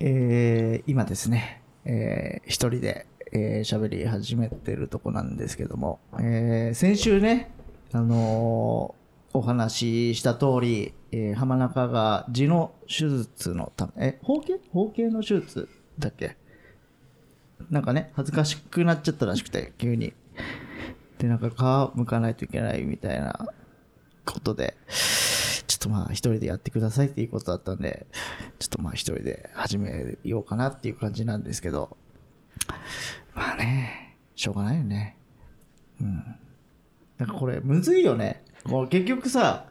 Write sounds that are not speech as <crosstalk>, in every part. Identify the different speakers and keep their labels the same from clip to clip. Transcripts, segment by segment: Speaker 1: えー今ですね、えー一人で喋、えー喋り始めてるとこなんですけども、えー先週ね、あのーお話しした通り、えー浜中が痔の手術のため、え、包茎包茎の手術だっけなんかね、恥ずかしくなっちゃったらしくて、急に。で、なんか皮むかないといけないみたいなことで、ちょっとまあ一人でやってくださいっていうことだったんで、ちょっとまあ一人で始めようかなっていう感じなんですけど、まあね、しょうがないよね。うん。なんかこれむずいよね。こう結局さ、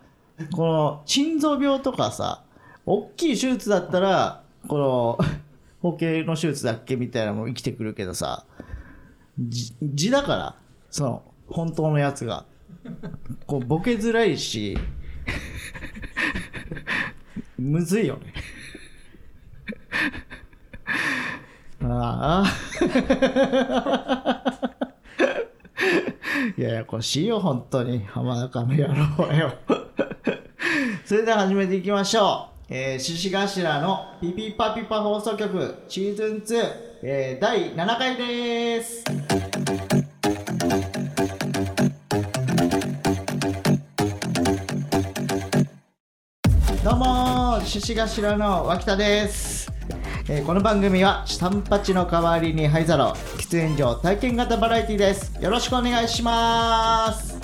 Speaker 1: この心臓病とかさ、大きい手術だったら、この、包茎の手術だっけみたいなのも生きてくるけどさ、じ字だから、その、本当のやつが。こう、ボケづらいし、むずいよね。あ <laughs> あ。いやいや、こしいよ、本当に。浜中の野郎よ。それでは始めていきましょう。えー、獅子頭のピピパピパ放送局シーズン2、えー、第7回です。どうもー、獅子頭の脇田です。えーこの番組は下んぱちの代わりに灰皿を喫煙所体験型バラエティですよろしくお願いします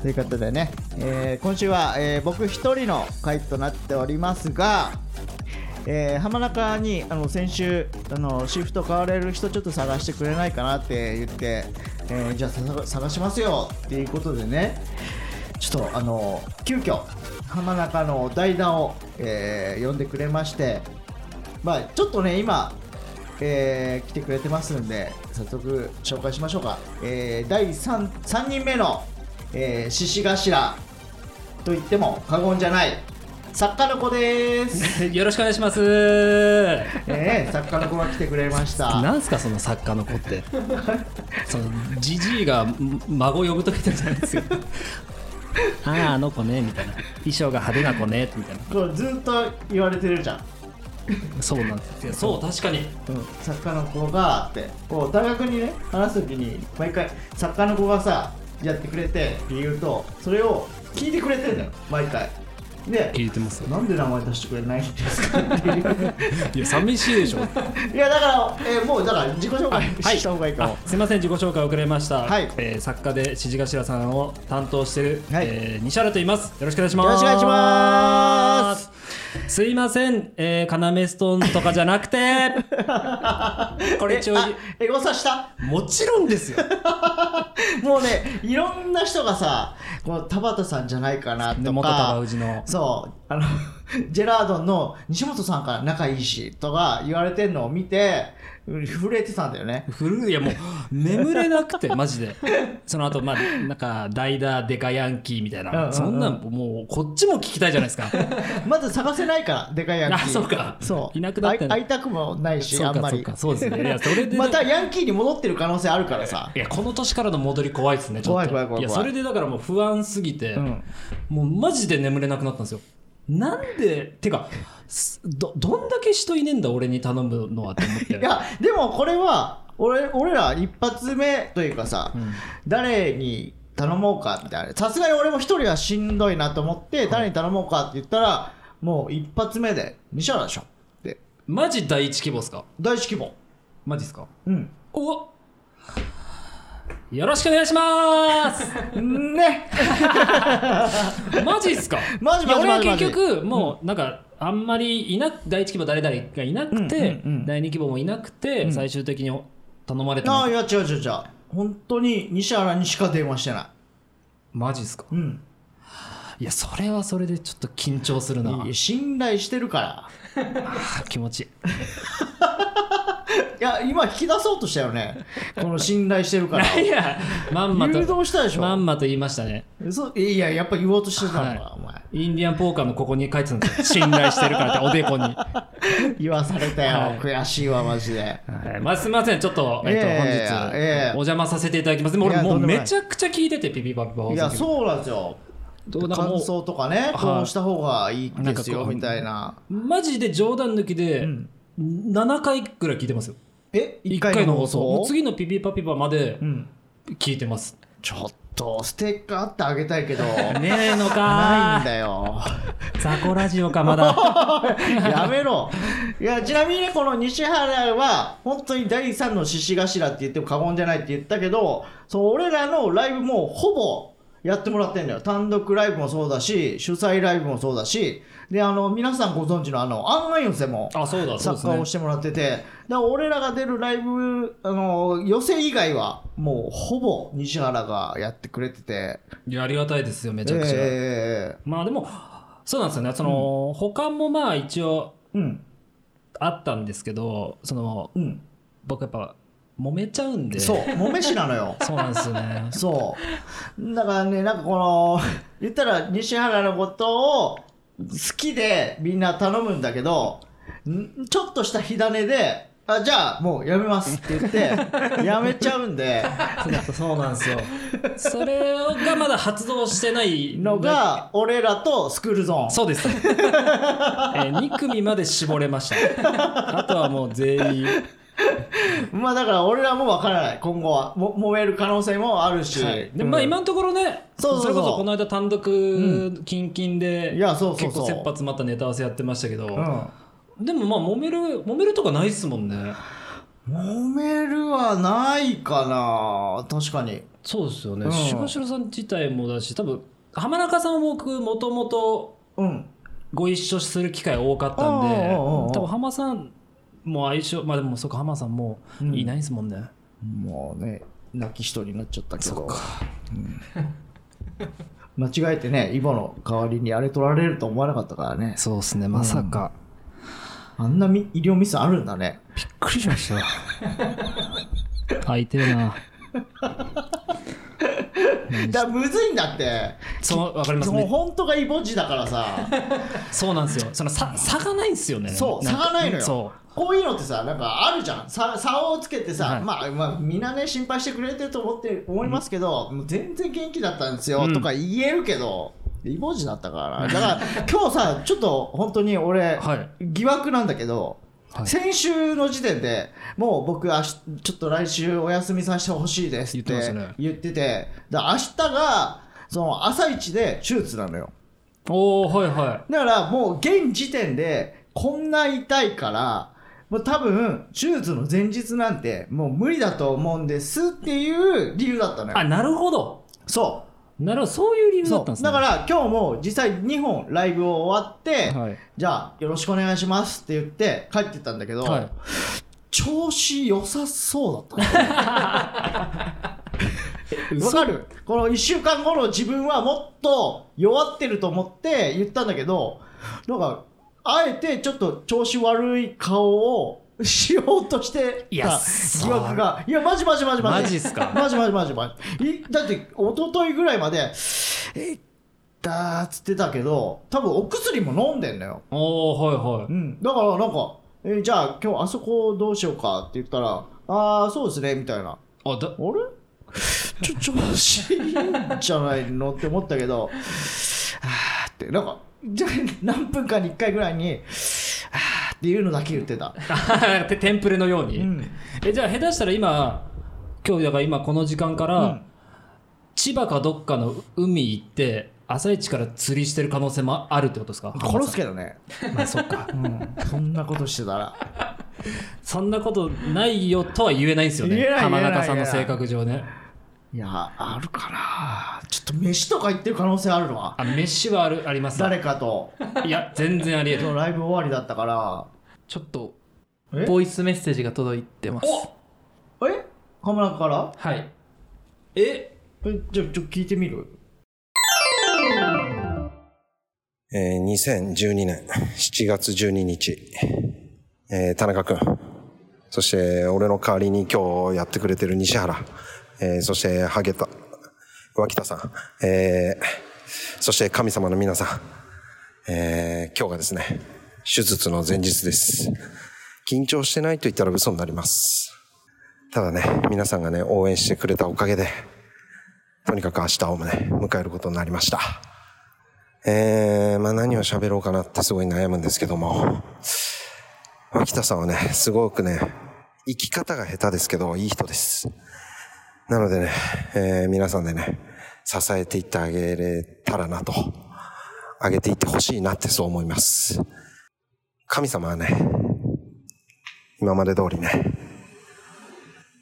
Speaker 1: ということでね、えー今週は、えー僕一人の回となっておりますが、えー浜中にあの先週あのシフト変われる人ちょっと探してくれないかなって言って、えーじゃあさ探しますよっていうことでねちょっとあの急遽浜中の代打を、えー呼んでくれましてまあちょっとね今、えー来てくれてますんで早速紹介しましょうか、えー第 3, 3人目のえー獅子、頭と言っても過言じゃない作家の子です、
Speaker 2: <laughs> よろしくお願いします。
Speaker 1: えー、作家の子が来てくれました
Speaker 2: なんすかその作家の子って。 <laughs> そのじじいが孫呼ぶときたじゃないですよ。あああの子ねみたいな。衣装が派手な子ねみたいな。
Speaker 1: こうずっと言われてるじゃん、
Speaker 2: そうなんですよ。そう確かに。
Speaker 1: うん、作家の子がってこう大学にね話す時に毎回作家の子がさやってくれてって言うとそれを聞いてくれてんだよ毎回で
Speaker 2: 聞いてますよ。
Speaker 1: なんで名前出してくれないんですかっていう <laughs>
Speaker 2: いや寂しいでしょ。
Speaker 1: いやだから、えーもうだから自己紹介した方がいいかも、
Speaker 2: あすいません自己紹介遅れました。
Speaker 1: はい
Speaker 2: えー作家で指示頭さんを担当してる、
Speaker 1: はい
Speaker 2: えー西原と言います。よろしくお願いします。
Speaker 1: よろしくお願いします。
Speaker 2: すいません、えー、カナメストーンとかじゃな
Speaker 1: <laughs>
Speaker 2: くてこれ一応
Speaker 1: えあエゴサした
Speaker 2: もちろんで
Speaker 1: <laughs>
Speaker 2: すよ
Speaker 1: もうね、いろんな人がさ、こう田畑さんじゃないかなとか、
Speaker 2: 元タバウジの
Speaker 1: そう、あの、 <laughs> ジェラードンの西本さんから仲いいしとか言われてんのを見て、う震えてたんだよね。
Speaker 2: 古いいやもう眠れなく
Speaker 1: <laughs>
Speaker 2: てマジでその後まあなんか代打デカヤンキーみたいな、
Speaker 1: うんうんうん
Speaker 2: そんなんもうこっちも聞きたいじゃないですか
Speaker 1: <laughs> まず探せないから、でかいヤンキー。
Speaker 2: あそうか
Speaker 1: そう。
Speaker 2: いなくなった
Speaker 1: あい会いたくもないし、
Speaker 2: そ
Speaker 1: あ
Speaker 2: うん
Speaker 1: ま
Speaker 2: かそう
Speaker 1: り。
Speaker 2: かそうですねいやそれで、
Speaker 1: またヤンキーに戻ってる可能性あるからさ。
Speaker 2: いやこの年からの戻り怖いですねちょっ
Speaker 1: 怖
Speaker 2: と
Speaker 1: い怖い怖い怖い
Speaker 2: やそれでだからもう不安すぎて、
Speaker 1: うん
Speaker 2: もうマジで眠れなくなったんですよなんでてかすどどんだけ人いねえんだ俺に頼むのはと思っ
Speaker 1: い
Speaker 2: て
Speaker 1: や、でもこれは、俺俺ら一発目というかさ、誰に頼もうかみたいなさすがに俺も一人はしんどいなと思って誰に頼もうかって言ったらもう一発目で「西原でしょ」って
Speaker 2: マジ第一希望ですか
Speaker 1: 大式も
Speaker 2: マジですか
Speaker 1: うん
Speaker 2: およろしくお願いします
Speaker 1: ね
Speaker 2: マジっすか
Speaker 1: マジマジ
Speaker 2: いや
Speaker 1: マジ
Speaker 2: 俺
Speaker 1: マ
Speaker 2: は
Speaker 1: ジ
Speaker 2: 結局もうなんかあんまりいなく第一希望誰々がいなくて、
Speaker 1: うんうんうん
Speaker 2: 第二希望もいなくて、
Speaker 1: ん
Speaker 2: 最終的に頼まれた
Speaker 1: あ
Speaker 2: の
Speaker 1: あいや違う違う違う本当に西原にしか電話してな
Speaker 2: マジっすか
Speaker 1: いうん
Speaker 2: いやそれはそれでちょっと緊張するない
Speaker 1: や信頼してるから
Speaker 2: あ気持ちいい
Speaker 1: いや今引き出そうとしたよねこの信頼してる
Speaker 2: <laughs>
Speaker 1: から
Speaker 2: いやまんま
Speaker 1: 誘
Speaker 2: と
Speaker 1: 導したでしょ、
Speaker 2: まんまと言いましたね
Speaker 1: そういややっぱ言おうとしてたのか、
Speaker 2: インディアンポーカーのここに書いてたんですよ
Speaker 1: <laughs>
Speaker 2: 信頼してるからっておでこに
Speaker 1: お前言わされたよ、
Speaker 2: はい
Speaker 1: 悔しいわマジで
Speaker 2: はいまあ、すみません、ちょっと、えっと
Speaker 1: いやいやいや
Speaker 2: 本日、
Speaker 1: ええ
Speaker 2: お邪魔させていただきます。でも
Speaker 1: い
Speaker 2: 俺、
Speaker 1: や
Speaker 2: も
Speaker 1: と
Speaker 2: うん
Speaker 1: でもない
Speaker 2: めちゃくちゃ聞いてて、ピピパピパ放送
Speaker 1: い
Speaker 2: 局
Speaker 1: やそうなんですよ
Speaker 2: どうなんかも
Speaker 1: 感
Speaker 2: う、
Speaker 1: 想とかね
Speaker 2: い
Speaker 1: こうした方がいいです
Speaker 2: な
Speaker 1: よ
Speaker 2: んかこう
Speaker 1: みたいな
Speaker 2: マジで冗談抜きで、
Speaker 1: ん
Speaker 2: 7回ぐらい聞いてますよ
Speaker 1: え
Speaker 2: 1
Speaker 1: 1
Speaker 2: 回
Speaker 1: 回
Speaker 2: の
Speaker 1: の
Speaker 2: 放
Speaker 1: 放
Speaker 2: 送
Speaker 1: 送
Speaker 2: もう次のピピパピパまで
Speaker 1: うん、
Speaker 2: 聞いてます
Speaker 1: ちょっとステッカーあってあげたいけ
Speaker 2: <laughs>
Speaker 1: ど
Speaker 2: ねえの
Speaker 1: ないん
Speaker 2: か
Speaker 1: だよ
Speaker 2: ザコラジオか
Speaker 1: <laughs>
Speaker 2: まだ
Speaker 1: やめろいやちなみにねこの西原は本当に第3の獅子頭って言っても過言じゃないって言ったけどそう俺らのライブもほぼやってもらってんだよ単独ライブもそうだし主催ライブもそうだしであの皆さんご存知のあの案内寄せも
Speaker 2: あそうだそう
Speaker 1: 作
Speaker 2: です
Speaker 1: 家
Speaker 2: ね
Speaker 1: をしてもらってて、だから俺らが出るライブ、あの、寄せ以外は、もうほぼ西原がやってくれてて、
Speaker 2: いやありがたいですよめちゃくちゃ、
Speaker 1: え
Speaker 2: まあでもそうなんですよねその、他もまあ一応
Speaker 1: えうん、
Speaker 2: あったんですけどその
Speaker 1: うん、
Speaker 2: 僕やっぱ揉めちゃうんで。
Speaker 1: そう、もめしなのよ
Speaker 2: そうなんですよ
Speaker 1: <laughs>
Speaker 2: ね
Speaker 1: そう。だからね、なんかこの、 <laughs> 言ったら西原のことを好きでみんな頼むんだけど、んちょっとした火種で、あじゃあもうやめますって言
Speaker 2: <laughs>
Speaker 1: って、やめちゃうんで、
Speaker 2: そうなんですよそれがまだ発動してない
Speaker 1: のが、俺らとスクールゾーン。
Speaker 2: そ
Speaker 1: <laughs>
Speaker 2: うです、えー、2組まで絞れましたあとはもう全員
Speaker 1: まあだから俺らもわからない今後はも揉める可能性もあるし、
Speaker 2: はい、
Speaker 1: う
Speaker 2: で
Speaker 1: ん
Speaker 2: まあ今のところね、
Speaker 1: そうそうそう
Speaker 2: れこそこの間単独キンキンで、
Speaker 1: いやそうそう
Speaker 2: 結
Speaker 1: そう
Speaker 2: 構切羽詰まったネタ合わせやってましたけど、
Speaker 1: うん
Speaker 2: でもまあ揉める揉めるとかないっすもんね
Speaker 1: 揉めるはないかな確かに
Speaker 2: そうですよね
Speaker 1: うん
Speaker 2: しがしろさん自体もだし多分浜中さんも僕もともと
Speaker 1: うん
Speaker 2: ご一緒する機会多かったん
Speaker 1: あ
Speaker 2: で
Speaker 1: あああああ
Speaker 2: 多分浜さんも相性まあでもそっか浜さんも
Speaker 1: うん
Speaker 2: いないっすもんね、
Speaker 1: もうね泣き人になっちゃったけど
Speaker 2: そっか
Speaker 1: <laughs> 間違えてねイボの代わりにあれ取られると思わなかったからね
Speaker 2: そうですねまさか、
Speaker 1: あんなみ医療ミスあるんだね
Speaker 2: びっくりしましたよ
Speaker 1: <laughs>
Speaker 2: 相手な
Speaker 1: だからむずいんだって
Speaker 2: そうわかります
Speaker 1: もう
Speaker 2: ね
Speaker 1: 本当がイボ字だからさ
Speaker 2: <laughs> そうなんですよその差差がないんですよね
Speaker 1: そう
Speaker 2: ん
Speaker 1: 差
Speaker 2: か
Speaker 1: がないのよ
Speaker 2: そ
Speaker 1: こういうのってさなんかあるじゃんさ差をつけてさ、
Speaker 2: はい
Speaker 1: まあ、まあみんなね心配してくれてると思って思いますけど、もう全然元気だったんですよ、
Speaker 2: うん
Speaker 1: とか言えるけどイボジだったからだから今日さちょっと本当に俺、
Speaker 2: うはい
Speaker 1: 疑惑なんだけど、
Speaker 2: はい
Speaker 1: 先週の時点でもう僕あしちょっと来週お休みさせてほしいですって
Speaker 2: 言ってましたね
Speaker 1: 言っててだから明日がその朝一で手術なのよ
Speaker 2: おおはいは
Speaker 1: だからもう現時点でこんな痛いからもう多分手術の前日なんてもう無理だと思うんですっていう理由だったの
Speaker 2: い
Speaker 1: よ
Speaker 2: あなるほど
Speaker 1: そ
Speaker 2: なるほどそういう
Speaker 1: う
Speaker 2: 理由だ
Speaker 1: そ
Speaker 2: ったんで
Speaker 1: う
Speaker 2: すね
Speaker 1: だから今日も実際2本ライブを終わって、
Speaker 2: はい
Speaker 1: じゃあよろしくお願いしますって言って帰ってったんだけど、
Speaker 2: はい
Speaker 1: 調子良さそうだったねわかるこの1週間後の自分はもっと弱ってると思って言ったんだけどなんかあえてちょっと調子悪い顔をしようとして
Speaker 2: い
Speaker 1: い
Speaker 2: や
Speaker 1: 疑惑がいやマジマジマジマジ
Speaker 2: マジっすか
Speaker 1: マジマジマジマジいだって一昨日ぐらいまで「えっだ」っつってたけど多分お薬も飲んでんのよ
Speaker 2: おおはいは
Speaker 1: うん、だからなんか、えーじゃあ今日あそこどうしようかって言ったら、ああ、そうですね、みたいな。
Speaker 2: いあ
Speaker 1: あれ
Speaker 2: だ
Speaker 1: ちょ、調子いいんじゃないのって思ったけど、あーって、なんか、じゃあ何分間に1回ぐらいに、あーっていうのだけ言ってた。
Speaker 2: <laughs> あテテンプレのように、
Speaker 1: うん
Speaker 2: えじゃあ下手したら今今日だから今この時間から、
Speaker 1: うん
Speaker 2: 千葉かどっかの海行って朝一から釣りしてる可能性もあるってことですか
Speaker 1: 殺すけどね、
Speaker 2: まあそっか
Speaker 1: うん、そんなことしてたら
Speaker 2: そんなことないよとは言えないんですよ
Speaker 1: 言え
Speaker 2: ね
Speaker 1: ない
Speaker 2: 浜
Speaker 1: 言えな
Speaker 2: 中
Speaker 1: い
Speaker 2: さんの性格上ね
Speaker 1: いやあるかなちょっと飯とか行ってる可能性あるのは
Speaker 2: あ飯はあるあります
Speaker 1: 誰かと
Speaker 2: いや全然ありえる
Speaker 1: そのライブ終わりだったから
Speaker 3: ちょっと
Speaker 1: え
Speaker 3: ボイスメッセージが届いてます
Speaker 1: え浜中から
Speaker 3: はい
Speaker 2: え
Speaker 1: えじゃあちょっと聞いてみる
Speaker 4: えー2012年7月12日、えー田中君、そして俺の代わりに今日やってくれてる西原、えーそしてハゲタ、脇田さん、えーそして神様の皆さん、えー今日がですね、手術の前日です。緊張してないと言ったら嘘になります。ただね、皆さんがね、応援してくれたおかげで、とにかく明日をね、迎えることになりました。えー、まあ何を喋ろうかなってすごい悩むんですけども、脇田さんはね、すごくね、生き方が下手ですけど、いい人です。なのでね、えー皆さんでね、支えていってあげれたらなと、あげていってほしいなってそう思います。神様はね、今まで通りね、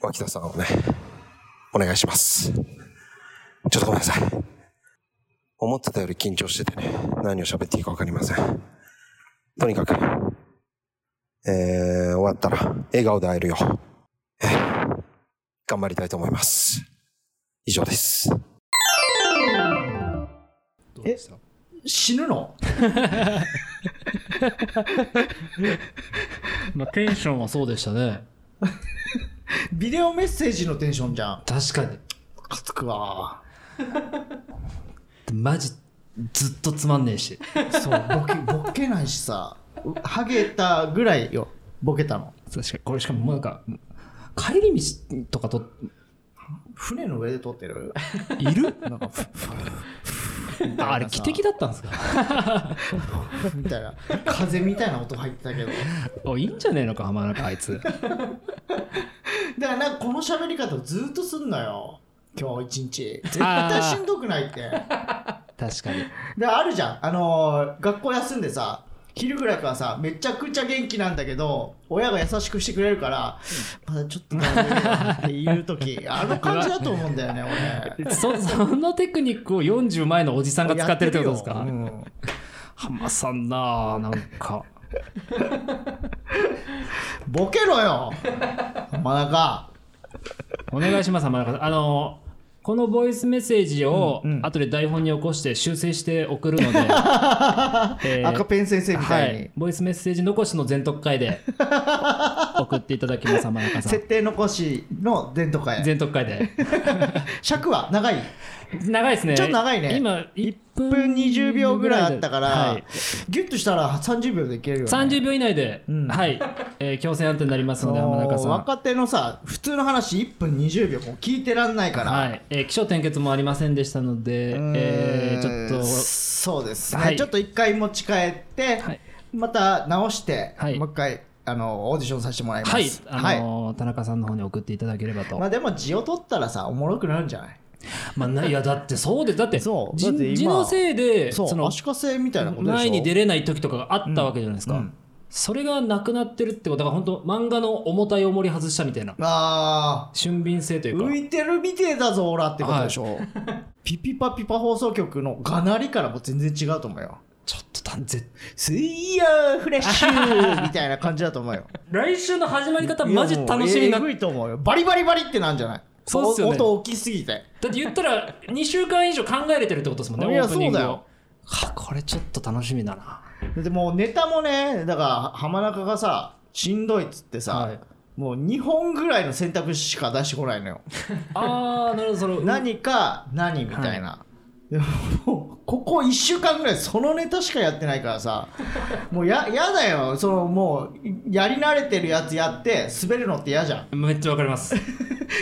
Speaker 4: 脇田さんをね、お願いします。ちょっとごめんなさい。思ってたより緊張しててね、何を喋っていいかわかりません。とにかく、えー、終わったら笑顔で会えるよ、えー頑張りたいと思います。以上です。
Speaker 2: どうでした
Speaker 1: 死ぬの
Speaker 2: <laughs> まあ、テンションはそうでしたね。
Speaker 1: ビデオメッセージのテンションじゃん。
Speaker 2: 確かに。
Speaker 1: ムカつくわ。
Speaker 2: マジ、ずっとつまんねえし。
Speaker 1: そう、ボケ、ボケないしさ。うハゲたぐらいよ、ボケたの。
Speaker 2: 確かに。これしかももうなんか、帰り道とかと、
Speaker 1: 船の上で撮ってる <laughs>
Speaker 2: いる <laughs> なんか、あれ、汽笛
Speaker 1: だ
Speaker 2: だったんですか
Speaker 1: みたいな。風みたいな音入ってたけど。だか
Speaker 2: おいいんじゃねえのか、浜中あいつ。
Speaker 1: らなんかこの喋り方をずっとすんのよ。今日一日。絶
Speaker 2: あ
Speaker 1: 対
Speaker 2: ー
Speaker 1: しんどくないって。
Speaker 2: 確かに。
Speaker 1: で、あるじゃん。あのー学校休んでさ、昼ぐらいからさ、めちゃくちゃ元気なんだけど、親が優しくしてくれるから、まだちょっとだめだって言うとき、あの感じだと思うんだよね、俺。
Speaker 2: そそのテクニックを40前のおじさんが使ってるってことです
Speaker 1: や
Speaker 2: か
Speaker 1: ってるよ
Speaker 2: 浜さんなあなんか
Speaker 1: うんボケろよ真中
Speaker 2: お願いします浜中さんあのこのボイスメッセージを
Speaker 1: うんうん
Speaker 2: 後で台本に起こして修正して送る
Speaker 1: <laughs>
Speaker 2: ので、えー
Speaker 1: 赤ペン先生み
Speaker 2: は
Speaker 1: たいに、
Speaker 2: いボイスメッセージ残しの全特
Speaker 1: <laughs>
Speaker 2: 会で送っていただきます浜中さん
Speaker 1: 設定残しの伝統会
Speaker 2: 全特会で
Speaker 1: 尺は長い
Speaker 2: 長いですね
Speaker 1: ちょっと長いね
Speaker 2: 今1
Speaker 1: 1
Speaker 2: 分
Speaker 1: 分20秒ぐらいあったから、
Speaker 2: はい
Speaker 1: ギュッとしたら30秒でいけるよ、ね、
Speaker 2: 30秒以内で、
Speaker 1: うん
Speaker 2: はい、えー強制安定になりますので浜中
Speaker 1: そ
Speaker 2: さ
Speaker 1: の
Speaker 2: ん
Speaker 1: 若手のさ普通の話1分20秒もう聞いてらんないから、
Speaker 2: はい、えー、起承転結もありませんでしたので
Speaker 1: うーん、
Speaker 2: えー、ちょっと、
Speaker 1: そうですね、
Speaker 2: はい
Speaker 1: ちょっと一回持ち帰って、
Speaker 2: はい
Speaker 1: また直して、
Speaker 2: はい
Speaker 1: もう一回あのオーディションさせてもらいます
Speaker 2: はい、あの
Speaker 1: はい
Speaker 2: ー田中さんの方に送っていただければと。
Speaker 1: ま
Speaker 2: ま
Speaker 1: あでも字を取ったらさおもろくなるんじゃない
Speaker 2: あ、ないや、だって、そうで、だって、
Speaker 1: そう
Speaker 2: じ
Speaker 1: だって今
Speaker 2: 字のせいで、
Speaker 1: そう
Speaker 2: の
Speaker 1: 足かせみたいなことでしょ
Speaker 2: 前に出れない時とかがあったわけじゃないですか。
Speaker 1: うんうん
Speaker 2: それがなくなってるってことだから、本当漫画の重たい重り外したみたいな、
Speaker 1: あー
Speaker 2: 俊敏性というか。
Speaker 1: 浮いてるみてえだぞオラってことでしょ、ピピパピパ放送局のがなりからも全然違うと思うよ
Speaker 2: ちょっとだんぜ
Speaker 1: 水曜フレッシュみたいな感じだと思うよ
Speaker 2: 来週の始まり方マジ楽しみにな
Speaker 1: いや
Speaker 2: っ
Speaker 1: もうえぐいと思うよバリバリバリってなんじゃない
Speaker 2: そうっすよね
Speaker 1: お音大きすぎて
Speaker 2: だって言ったら2週間以上考えれてるってことですもんねオ
Speaker 1: いや
Speaker 2: ープニングを
Speaker 1: そうだよ
Speaker 2: はあこれちょっと楽しみだ
Speaker 1: <laughs>
Speaker 2: な
Speaker 1: でもうネタもねだから浜中がさしんどいっつってさ、
Speaker 2: はい
Speaker 1: もう2本ぐらいの選択肢しか出してこないのよ
Speaker 2: ああなるほどその
Speaker 1: 何か何みたいな、でももうここ1週間ぐらいそのネタしかやってないからさもうややだよそのもうやり慣れてるやつやって滑るのって嫌じゃん
Speaker 2: めっちゃわかります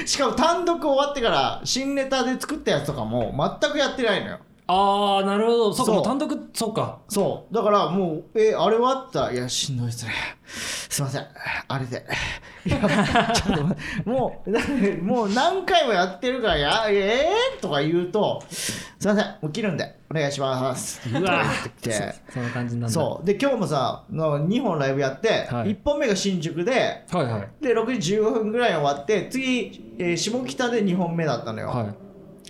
Speaker 1: しかも単独終わってから新ネタで作ったやつとかも全くやってないのよ
Speaker 2: ああなるほどそう
Speaker 1: そ
Speaker 2: か
Speaker 1: う
Speaker 2: もう単独そうか
Speaker 1: そうだからもう「えあれは?」って言ったら「いやしんどいっすねすいませんあれで」いやちょっと待ってもうだってもう <laughs> 何回もやってるからや「ええー?」とか言うと「すいません起きるんでお願いします」
Speaker 2: うわー
Speaker 1: とか言ってきて
Speaker 2: そんな感じになる
Speaker 1: そうで今日もさの2本ライブやって、
Speaker 2: はい
Speaker 1: 1本目が新宿で
Speaker 2: うはいはい
Speaker 1: で6時15分ぐらいに終わって次、えー下北で2本目だったのよ、
Speaker 2: はい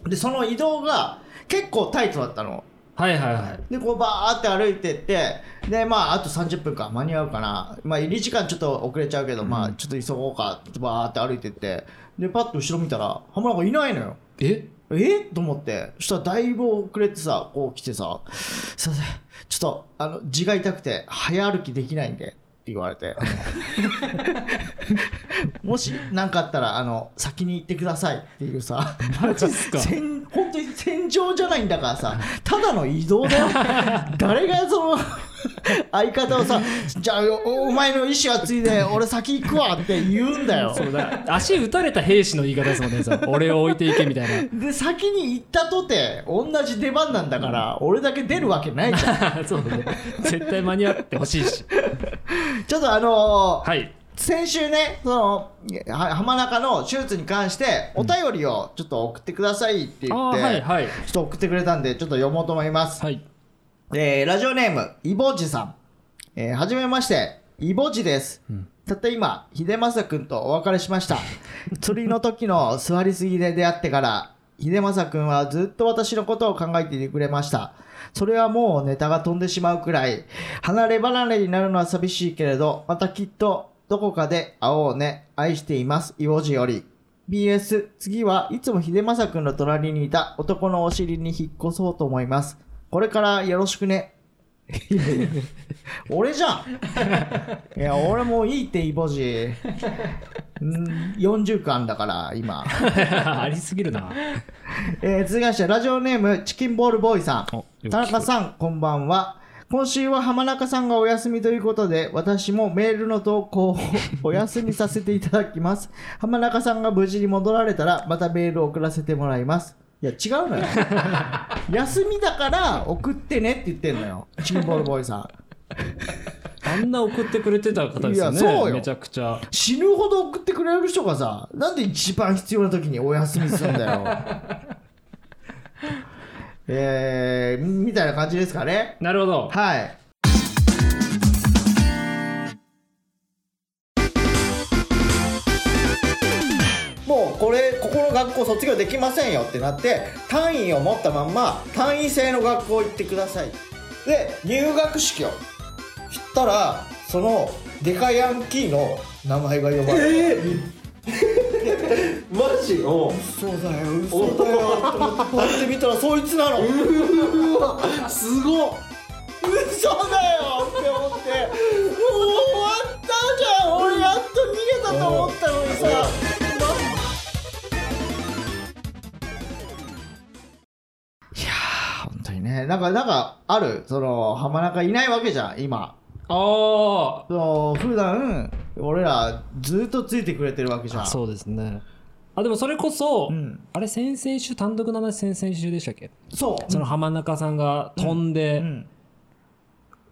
Speaker 1: でその移動が結構タイトだったの
Speaker 2: はいはいはい
Speaker 1: でこうバーって歩いてってでまああと30分か間に合うかなまあ入り時間ちょっと遅れちゃうけど、まあちょっと急ごうかってバーって歩いてってでパッと後ろ見たら浜中いないのよ
Speaker 2: え
Speaker 1: えと思ってそしたらだいぶ遅れてさこう来てさ「すいませんちょっとあの字が痛くて早歩きできないんで」って言われて
Speaker 2: <laughs>
Speaker 1: もし何かあったらあの先に行ってくださいっていうさ
Speaker 2: マジっす
Speaker 1: <laughs>
Speaker 2: か
Speaker 1: 戦本当に戦場じゃないんだからさただの移動だよ誰がその相方をさ「じゃあおお前の意思はついで俺先行くわ」って言うんだよ
Speaker 2: そうだ足打たれた兵士の言い方ですもんねそ
Speaker 1: <laughs>
Speaker 2: の俺を置いていけみたい
Speaker 1: で先に行ったとて同じ出番なんだから俺だけ出るわけないじゃん
Speaker 2: な <laughs> そうだね絶対間に合ってほしいし
Speaker 1: <laughs> ちょっとあのー
Speaker 2: はい
Speaker 1: 先週ね、その、は浜中の手術に関して、お便りをちょっと送ってくださいって言
Speaker 2: あ
Speaker 1: っ
Speaker 2: あ
Speaker 1: て、
Speaker 2: ーはいは
Speaker 1: ち
Speaker 2: い
Speaker 1: ょっと送ってくれたんで、ちょっと読もうと思います。
Speaker 2: はい <laughs>
Speaker 1: えーラジオネーム、イボジさん。えーはじめまして、イボジです。たった今、秀政くんとお別れしました。釣りの時の座りすぎで出会ってから、秀政くんはずっと私のことを考えていてくれました。それはもうネタが飛んでしまうくらい、離れ離れになるのは寂しいけれど、またきっとどこかで会おうね。愛しています、イボジより。BS、次はいつも秀政くんの隣にいた男のお尻に引っ越そうと思います。これからよろしくね。 <laughs> いやいや俺じゃんいや、俺もういいって、イボジ。うん40巻だから、今。
Speaker 2: ありすぎるな。
Speaker 1: えー続きまして、ラジオネーム、チキンボールボーイさ
Speaker 2: およく聞
Speaker 1: ん。
Speaker 2: く
Speaker 1: 田中さん、こんばんは。今週は浜中さんがお休みということで、私もメールの投稿をお休みさせていただきます。 <laughs> 浜中さんが無事に戻られたら、またメールを送らせてもらいます。いや、違うのよ。休みだから送ってねって言ってんのよ。チキンボールボーイさん。
Speaker 2: あんな送ってくれてた方ですよね。
Speaker 1: いやそうよ
Speaker 2: めちゃくちゃ。
Speaker 1: 死ぬほど送ってくれる人がさなんで一番必要な時にお休みするんだよえー、みたいな感じですかね
Speaker 2: なるほど。
Speaker 1: はいもうこれここの学校卒業できませんよってなって単位を持ったまんま単位制の学校行ってくださいで入学式を行ったらそのデカヤンキーの名前が呼ばれ <laughs> る、
Speaker 5: マジお
Speaker 1: 嘘だよ嘘
Speaker 5: <laughs>
Speaker 1: だよと思ってパッて見たらそいつなの
Speaker 5: うわすごっ
Speaker 1: 嘘だよって思ってもう終わったじゃん俺やっと逃げたと思ったのにさいやー本当にねなんかなんかあるその浜中いないわけじゃん今
Speaker 2: あ
Speaker 1: その普段俺らずっとついてくれてるわけじゃ
Speaker 2: あ。
Speaker 1: ん
Speaker 2: そうですね。あ、でもそれこそ、
Speaker 1: うん
Speaker 2: あれ先々週、単独の話先々週でしたっけ、
Speaker 1: そう
Speaker 2: その浜中さんが飛んで、
Speaker 1: うん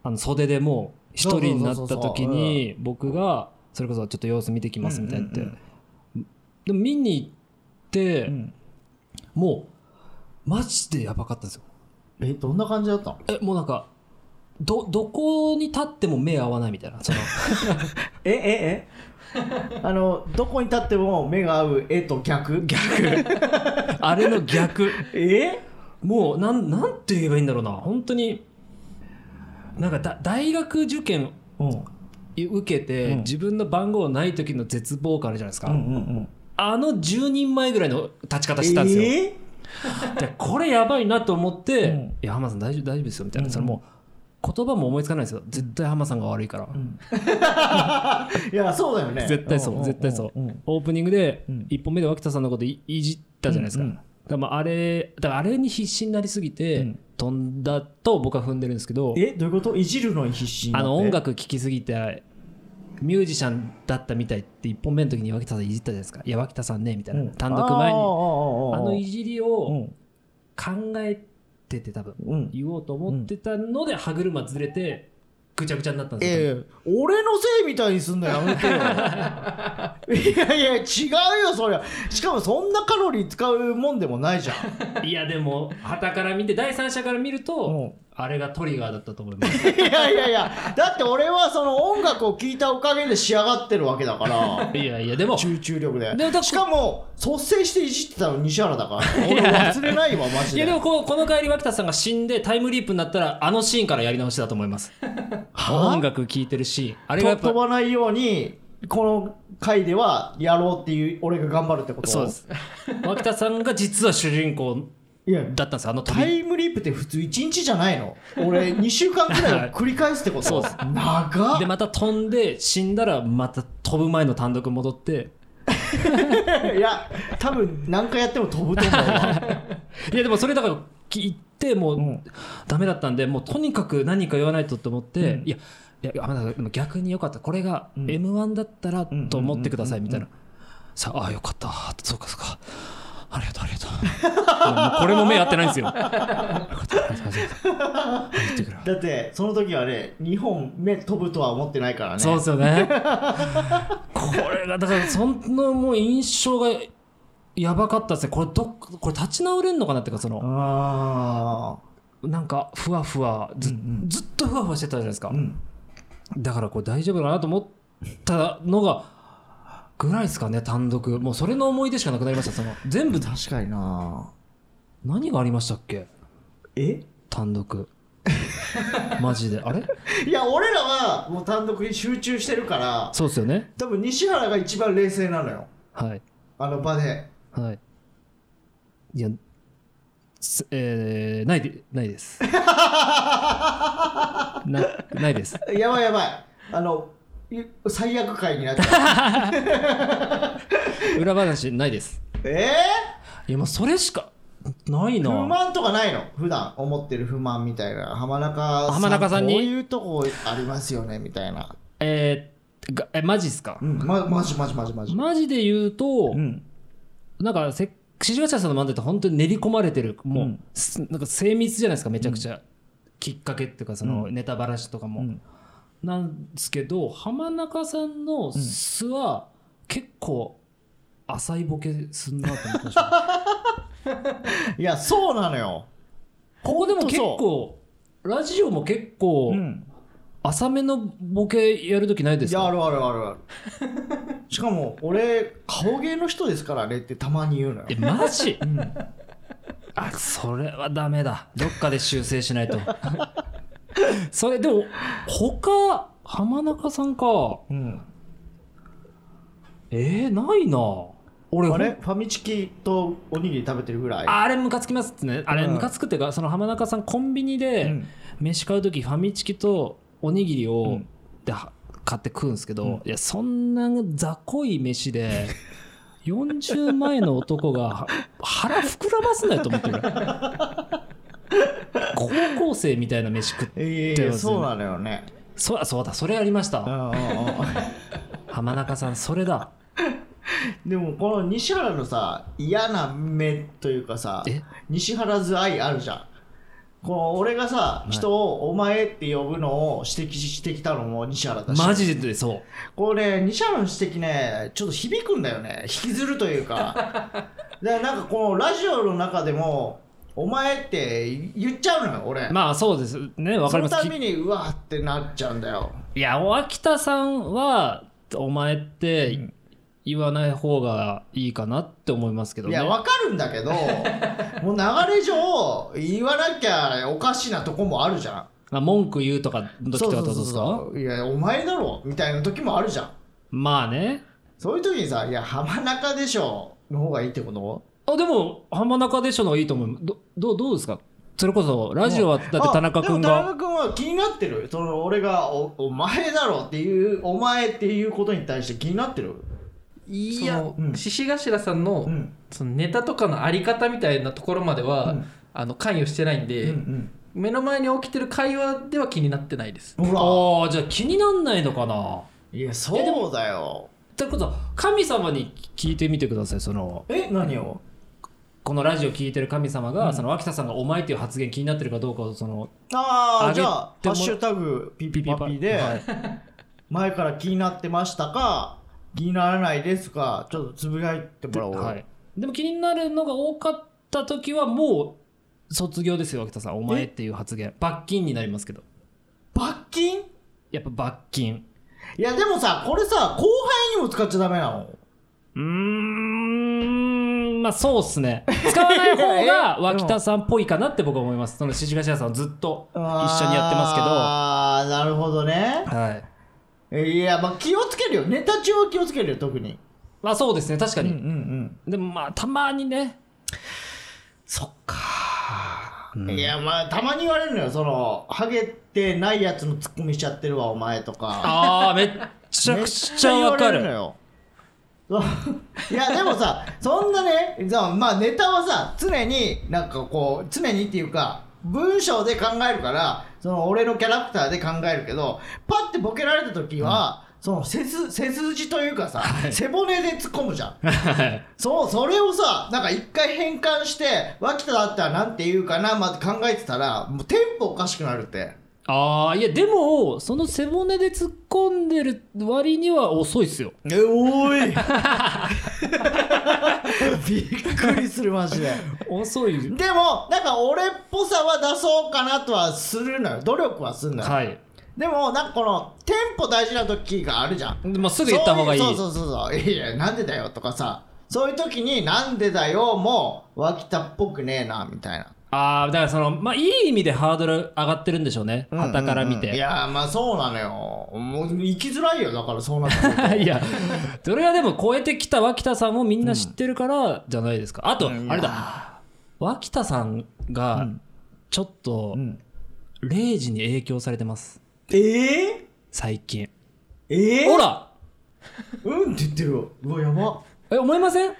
Speaker 2: あの袖でもう一人になった時に、僕が、それこそちょっと様子見てきますみたいなって。
Speaker 1: うんうん
Speaker 2: でも見に行って、
Speaker 1: うん
Speaker 2: もう、マジでやばかったんですよ。
Speaker 1: えどんな感じだったの
Speaker 2: え、もうなんか、ど、どこに立っても目合わないみたい
Speaker 1: <laughs>
Speaker 2: な。その
Speaker 1: えええ <laughs> あのどこに立っても目が合う絵と逆逆
Speaker 2: あれの逆。
Speaker 1: え
Speaker 2: もう、なん、なんて言えばいいんだろうな。本当に、なんかだ、大学受験
Speaker 1: うん
Speaker 2: 受けて、
Speaker 1: うん
Speaker 2: 自分の番号ない時の絶望感あるじゃないですか。
Speaker 1: うんうんうん
Speaker 2: あの10人前ぐらいの立ち方してたんですよ。
Speaker 1: え
Speaker 2: でこれやばいなと思って、
Speaker 1: うん
Speaker 2: いや、浜田さん大丈夫、大丈夫ですよ、みたいな。
Speaker 1: うん
Speaker 2: それもう、言葉も思いつかないですよ。絶対浜田さんが悪いから。
Speaker 1: <laughs> ーいやそうだよね
Speaker 2: 絶対そう、絶対そう、オープニングで
Speaker 1: うん
Speaker 2: 1本目で脇田さんのこといいじったじゃないですか、
Speaker 1: うんうん
Speaker 2: だからまああれだからあれに必死になりすぎて、
Speaker 1: うん
Speaker 2: 飛んだと僕は踏んでるんですけど
Speaker 1: えどういうこといじるのに必死にな
Speaker 2: あ
Speaker 1: って
Speaker 2: の音楽聴きすぎてミュージシャンだったみたいって1本目の時に脇田さんいじったじゃないですかいや脇田さんねみたいな、
Speaker 1: うん
Speaker 2: 単独前に
Speaker 1: あ
Speaker 2: あの
Speaker 1: の
Speaker 2: いじり
Speaker 1: う
Speaker 2: を
Speaker 1: ん
Speaker 2: 考えてて多分
Speaker 1: うん
Speaker 2: 言おうと思ってたので歯車ずれてぐちゃぐちゃになったんですよ、
Speaker 1: ええ俺のせいみたいにすんのやめてよいやいや違うよそりゃしかもそんなカロリー使うもんでもないじゃん
Speaker 2: いやでも旗から見て第三者から見ると、
Speaker 1: うん
Speaker 2: あれがトリガーだったと思います
Speaker 1: いやいやいやだって俺はその音楽を聴いたおかげで仕上がってるわけだから
Speaker 2: いやいや、で
Speaker 1: <laughs>
Speaker 2: も、
Speaker 1: 集中力で
Speaker 2: でもだ
Speaker 1: しかも率先していじってたの西原だから
Speaker 2: <laughs>
Speaker 1: 俺忘れないわマジ
Speaker 2: い
Speaker 1: で
Speaker 2: やでもこうこの帰り、脇田さんが死んでタイムリープになったら、あのシーンからやり直しだと思います。音楽聴いてるシーン。あれがやっ
Speaker 1: と
Speaker 2: ぱ
Speaker 1: 飛、ばないようにこの回ではやろうっていう俺が頑張るってこと
Speaker 2: そうです。脇田さんが実は主人公
Speaker 1: いや
Speaker 2: だったんですよ、あの
Speaker 1: タ
Speaker 2: 飛び。
Speaker 1: イムリープって普通1日じゃないの俺2週間くらいを繰り返すってこと
Speaker 2: そうです
Speaker 1: 長っ
Speaker 2: で、また飛んで、死んだら、また飛ぶ前の単独戻って。
Speaker 1: いや多分何回やっても飛ぶと思うわ <laughs>
Speaker 2: いや、でもそれだから、きってもう、
Speaker 1: うん
Speaker 2: ダメだったんでもうとにかく何か言わないとと思って、
Speaker 1: うん
Speaker 2: いやいやあなたでも逆によかったこれが
Speaker 1: うん
Speaker 2: m 1だったら
Speaker 1: うん
Speaker 2: と思ってくださいみたいな
Speaker 1: う
Speaker 2: さああよかったそうかそうかありがとうありがとう <laughs> もうもうこれも目合ってないんですよよかったありがとうありがとうあ言ってくる
Speaker 1: だってその時はね日本目飛ぶとは思ってないからね
Speaker 2: そうですよねこれがだからそのもう印象がやばかったですねこれどっこれ立ち直れんのかなっていうかその
Speaker 1: あ
Speaker 2: なんかふわふわず,、ずっとふわふわしてたじゃないですか、
Speaker 1: あうん
Speaker 2: だからこれ大丈夫かなと思ったのがぐらいですかね単独もうそれの思い出しかなくなりましたその全部
Speaker 1: 確かにな
Speaker 2: 何がありましたっけ
Speaker 1: え
Speaker 2: 単 <laughs> 独マジであれ
Speaker 1: いや俺らはもう単独に集中してるから
Speaker 2: そうですよね
Speaker 1: 多分西原が一番冷静なのよ
Speaker 2: はい
Speaker 1: あの場で
Speaker 2: はいいやすえー、ないでないです <laughs> なないです
Speaker 1: やばいやばいあのい最悪回になっちゃう
Speaker 2: <laughs> 裏話ないです
Speaker 1: え
Speaker 2: いやもうそれしかない
Speaker 1: ー、
Speaker 2: な
Speaker 1: 不満とかないの普段思ってる不満みたいな浜中さん
Speaker 2: 浜中さんに
Speaker 1: こういうとこありますよねみたいな、
Speaker 2: えーがえマジっすか、
Speaker 1: うん、まマジマジマジマジ
Speaker 2: マジで言うと、
Speaker 1: ん
Speaker 2: なんかせシジガチャさんの漫才って本当に練り込まれてるもう、
Speaker 1: うん
Speaker 2: すなんか精密じゃないですかめちゃくちゃ、きっかけっていうかその
Speaker 1: う
Speaker 2: ネタばらしとかも、
Speaker 1: うん
Speaker 2: なんですけど浜中さんの素は結構浅いボケすんなと思ってました
Speaker 1: <laughs> いやそうなのよ
Speaker 2: ここでも
Speaker 1: ほんと
Speaker 2: 結
Speaker 1: そう
Speaker 2: 構ラジオも結構、浅めのボケやるときないで
Speaker 1: い
Speaker 2: す
Speaker 1: やあ
Speaker 2: か
Speaker 1: るあるある
Speaker 2: <laughs>
Speaker 1: あるしかも俺顔芸の人ですからねってたまに言うのよ
Speaker 2: えマジ、あそれはダメだどっかで修正しないと <laughs> それでも他浜中さんか
Speaker 1: うん
Speaker 2: えー、ないな俺
Speaker 1: あれ
Speaker 2: ほん
Speaker 1: ファミチキとおにぎり食べてるぐらい
Speaker 2: あれムカつきますってねあれ
Speaker 1: うん
Speaker 2: ムカつくっていうかその浜中さんコンビニ
Speaker 1: う
Speaker 2: で
Speaker 1: ん
Speaker 2: 飯買う時ファミチキとおにぎりを、
Speaker 1: うん
Speaker 2: では買って食うんですけど、
Speaker 1: うん
Speaker 2: いやそんな雑魚い飯で <laughs> 40前の男がは腹膨らますなよと思っ
Speaker 1: <laughs>
Speaker 2: てる高校生みたいな飯食って
Speaker 1: いやいやい
Speaker 2: って
Speaker 1: や
Speaker 2: ますね
Speaker 1: そうなのよね
Speaker 2: そうだそうだそれありました、
Speaker 1: うんうんうん
Speaker 2: 浜中さんそれだ
Speaker 1: <laughs> でもこの西原のさ嫌な目というかさ
Speaker 2: え
Speaker 1: 西原ず愛あるじゃんこの俺がさ
Speaker 2: い
Speaker 1: 人を「お前」って呼ぶのを指摘してきたのも西原だし
Speaker 2: マジでそう
Speaker 1: これね西原の指摘ねちょっと響くんだよね引きずるというか
Speaker 2: <laughs>
Speaker 1: だからなんかこのラジオの中でも「お前」って言っちゃうのよ俺、
Speaker 2: まあそうですねわか
Speaker 1: そ
Speaker 2: り
Speaker 1: の
Speaker 2: ます
Speaker 1: ためにうわーってなっちゃうんだよ
Speaker 2: いや、秋田さんは、お前って言わない方がいいかなって思いますけど
Speaker 1: い
Speaker 2: ね。
Speaker 1: やわかるんだ
Speaker 2: <laughs>
Speaker 1: けどもう流れ上言わなきゃおかしなとこもあるじゃん
Speaker 2: まあ、文句言うとかの時とかってことですか
Speaker 1: ういやお前だろみたいな時もあるじゃん
Speaker 2: まあね。
Speaker 1: そういう時にさ「いや浜中でしょ」の方がいいってこと
Speaker 2: あ、でも、浜中でしょの方がいいと思う。ど、どう、どうですかそれこそ、ラジオは、だって田中君
Speaker 1: あでも田
Speaker 2: が。
Speaker 1: 中君は気になってるその俺がお「お前だろ」っていう「お前」っていうことに対して気になってる
Speaker 3: い
Speaker 1: そ
Speaker 3: や
Speaker 1: のうん
Speaker 3: 獅子頭さんの,、
Speaker 1: うん
Speaker 3: そのネタとかのあり方みたいなところまでは、
Speaker 1: うん
Speaker 3: あの関与してないんで、
Speaker 1: うん
Speaker 3: 目の前に起きてる会話では気になってないです
Speaker 1: うんほ
Speaker 2: ああ、じゃあ気になんないのかな。
Speaker 1: らいやそうだよ
Speaker 2: ってことは、神様に聞いてみてください。その、
Speaker 1: え何を
Speaker 2: このラジオ聞いてる神様が、その、秋田さんがお前っていう発言気になってるかどうかを、その、
Speaker 1: あ
Speaker 2: あ
Speaker 1: あ
Speaker 2: げ
Speaker 1: じゃあ「
Speaker 2: て
Speaker 1: ハッ
Speaker 2: もら
Speaker 1: シュタグピピ
Speaker 2: ピピ
Speaker 1: パ
Speaker 2: パ
Speaker 1: ピ」で
Speaker 2: はい
Speaker 1: 「前から気になってましたか気にならないですか?」ちょっとつぶやいてもらおう、
Speaker 2: はい、でも気になるのが多かった時はもう卒業ですよ秋田さんお前っていう発言罰金になりますけど
Speaker 1: 罰金
Speaker 2: やっぱ罰金
Speaker 1: いやでもさこれさ後輩にも使っちゃダメなの
Speaker 2: うーんまあそうっすね使わない方 <laughs> が脇田さんっぽいかなって僕は思いますその獅子頭さんをずっと一緒にやってま
Speaker 1: ああなるほどね
Speaker 2: すけどはい
Speaker 1: いやまあ気をつけるよネタ中は気をつけるよ特に
Speaker 2: まあそうですね確か
Speaker 1: うん
Speaker 2: に、
Speaker 1: うん
Speaker 2: でもまあたまにね
Speaker 1: そっか、いやまあたまに言われるのよそのハゲてないやつのツッコミしちゃってるわお前とか
Speaker 2: ああ <laughs> めっちゃ
Speaker 1: めっ
Speaker 2: くちゃわか
Speaker 1: ちゃ言われの
Speaker 2: る
Speaker 1: よそう <laughs> いやでもさそんなねじゃあまあネタはさ常になんかこう常にっていうか文章で考えるからその俺のキャラクターで考えるけどパッてボケられた時は、その背す背筋というかさ、背骨で突っ込むじゃん
Speaker 2: はい
Speaker 1: そう、それをさ、なんか一回変換して、脇田だったらなんて言うかな、まず考えてたら、もうテンポおかしくなるって。
Speaker 2: <laughs> ああいやでもその背骨で突っ込んでる割には遅いっすよ
Speaker 1: え、お <laughs> いびっくりする、マジで。
Speaker 2: 遅い
Speaker 1: でも、なんか俺っぽさは出そうかなとはするのよ。努力はすんのよ。
Speaker 2: はい
Speaker 1: でも、なんかこの、テンポ大事な時があるじゃん。
Speaker 2: でまあすぐ言った方がいい
Speaker 1: そうそうそうそうそういやなんでだよとかさそういう時に「なんでだよ」も脇田っぽくねえなみたいな
Speaker 2: ああだからそのまあいい意味でハードル上がってるんでしょうね
Speaker 1: うんうんうん
Speaker 2: 旗から見て、
Speaker 1: いやーまあそうなのよもう生きづらいよだからそうなった
Speaker 2: <laughs>
Speaker 1: ら
Speaker 2: <laughs> いや、それはでも超えてきた脇田さんもみんな知ってるからじゃないですか。あと、あれだ、脇田さんがちょっと、0時に影響されてます、
Speaker 1: え
Speaker 2: 最近。
Speaker 1: ー、え
Speaker 2: ほら
Speaker 1: うんって言ってるようわやば
Speaker 2: え、思いません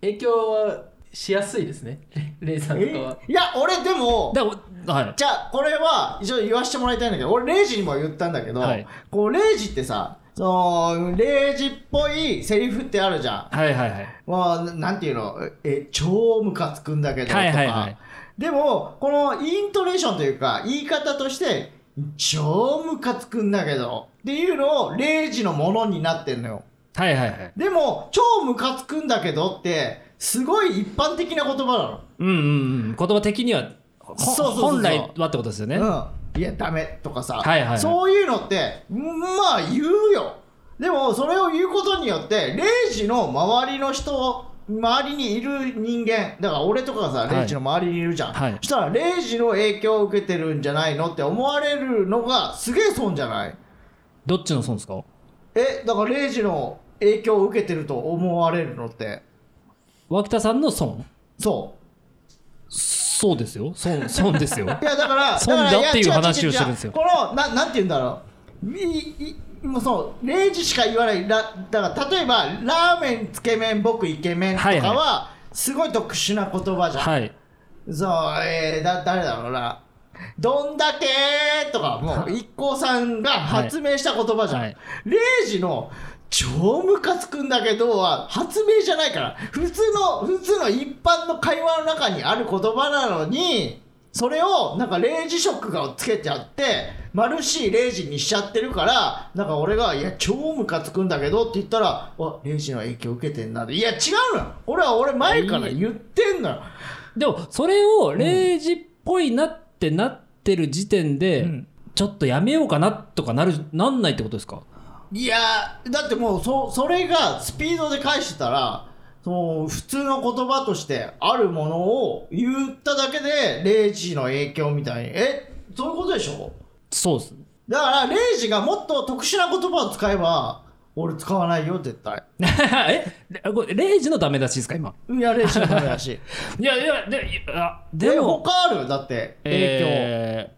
Speaker 3: 影響はしやすいですねレレイさんとかはい
Speaker 1: や俺でも
Speaker 2: だからはい。
Speaker 1: じゃあこれは一応言わしてもらいたいんだけど俺0時にも言ったんだけど、
Speaker 2: はい
Speaker 1: こう0時ってさその0時っぽいセリフってあるじゃん
Speaker 2: はいはいはい。
Speaker 1: まあ、ななんていうのえ超ムカつくんだけどとか、
Speaker 2: はいはいはい
Speaker 1: でもこのイントネーションというか言い方として超ムカつくんだけどっていうのを0時のものになってんのよ
Speaker 2: はいはいはい。
Speaker 1: でも超ムカつくんだけどってすごい一般的な言葉
Speaker 2: うんうんうん。言葉的には、ほ
Speaker 1: そうそうそうそう
Speaker 2: 本来はってことですよね。
Speaker 1: なの、うん、いやダメとかさ、
Speaker 2: はいはいはい
Speaker 1: そういうのってんまあ言うよでもそれを言うことによって0時の周りの人周りにいる人間だから俺とかがさ、
Speaker 2: い
Speaker 1: レイジの周りにいるじゃん、
Speaker 2: はい
Speaker 1: そしたらレイジの影響を受けてるんじゃないのって思われるのがすげえ損じゃない
Speaker 2: どっちの損ですか
Speaker 1: えだからレイジの影響を受けてると思われるのって
Speaker 2: 脇田さんの損
Speaker 1: そう
Speaker 2: そうですよ。 <laughs> 損、損ですよ。
Speaker 1: いやだから、
Speaker 2: <laughs> 損だっていう
Speaker 1: からや
Speaker 2: 話
Speaker 1: 違
Speaker 2: を
Speaker 1: 違
Speaker 2: してるんですよ
Speaker 1: 違うこのな、なんて言うんだろう、いいもうそう、0時しか言わない、らだから例えば、ラーメン、つけ麺、僕、イケメンとかは、
Speaker 2: はい
Speaker 1: すごい特殊な言葉じゃん。
Speaker 2: はい。
Speaker 1: そう、えー、だ誰だろうな、どんだけーとか、もう、一行さんが発明した言葉じゃん。
Speaker 2: はいはい
Speaker 1: 0時の超ムカつくんだけどは発明じゃないから普通の普通の一般の会話の中にある言葉なのにそれをなんか0時色がつけちゃって丸し0時にしちゃってるからなんか俺が「いや超ムカつくんだけど」って言ったら「あ0時の影響受けてんな」って「いや違うのよ俺は俺前から言ってんのよ」
Speaker 2: でもそれを0時っぽいなってなってる時点で、ちょっとやめようかなとかなるなんないってことですか
Speaker 1: いやーだってもうそそれがスピードで返してたらその普通の言葉としてあるものを言っただけで0時の影響みたいにえそういうことでしょ
Speaker 2: そうです
Speaker 1: だから0時がもっと特殊な言葉を使えば俺使わないよ絶対
Speaker 2: <laughs> えれこれ0時のダメ出しですか今
Speaker 1: いや0時のダメだし
Speaker 2: いやいやでいや
Speaker 1: で
Speaker 2: <laughs> で
Speaker 1: も
Speaker 2: も
Speaker 1: 他あるよだって影響、
Speaker 2: えー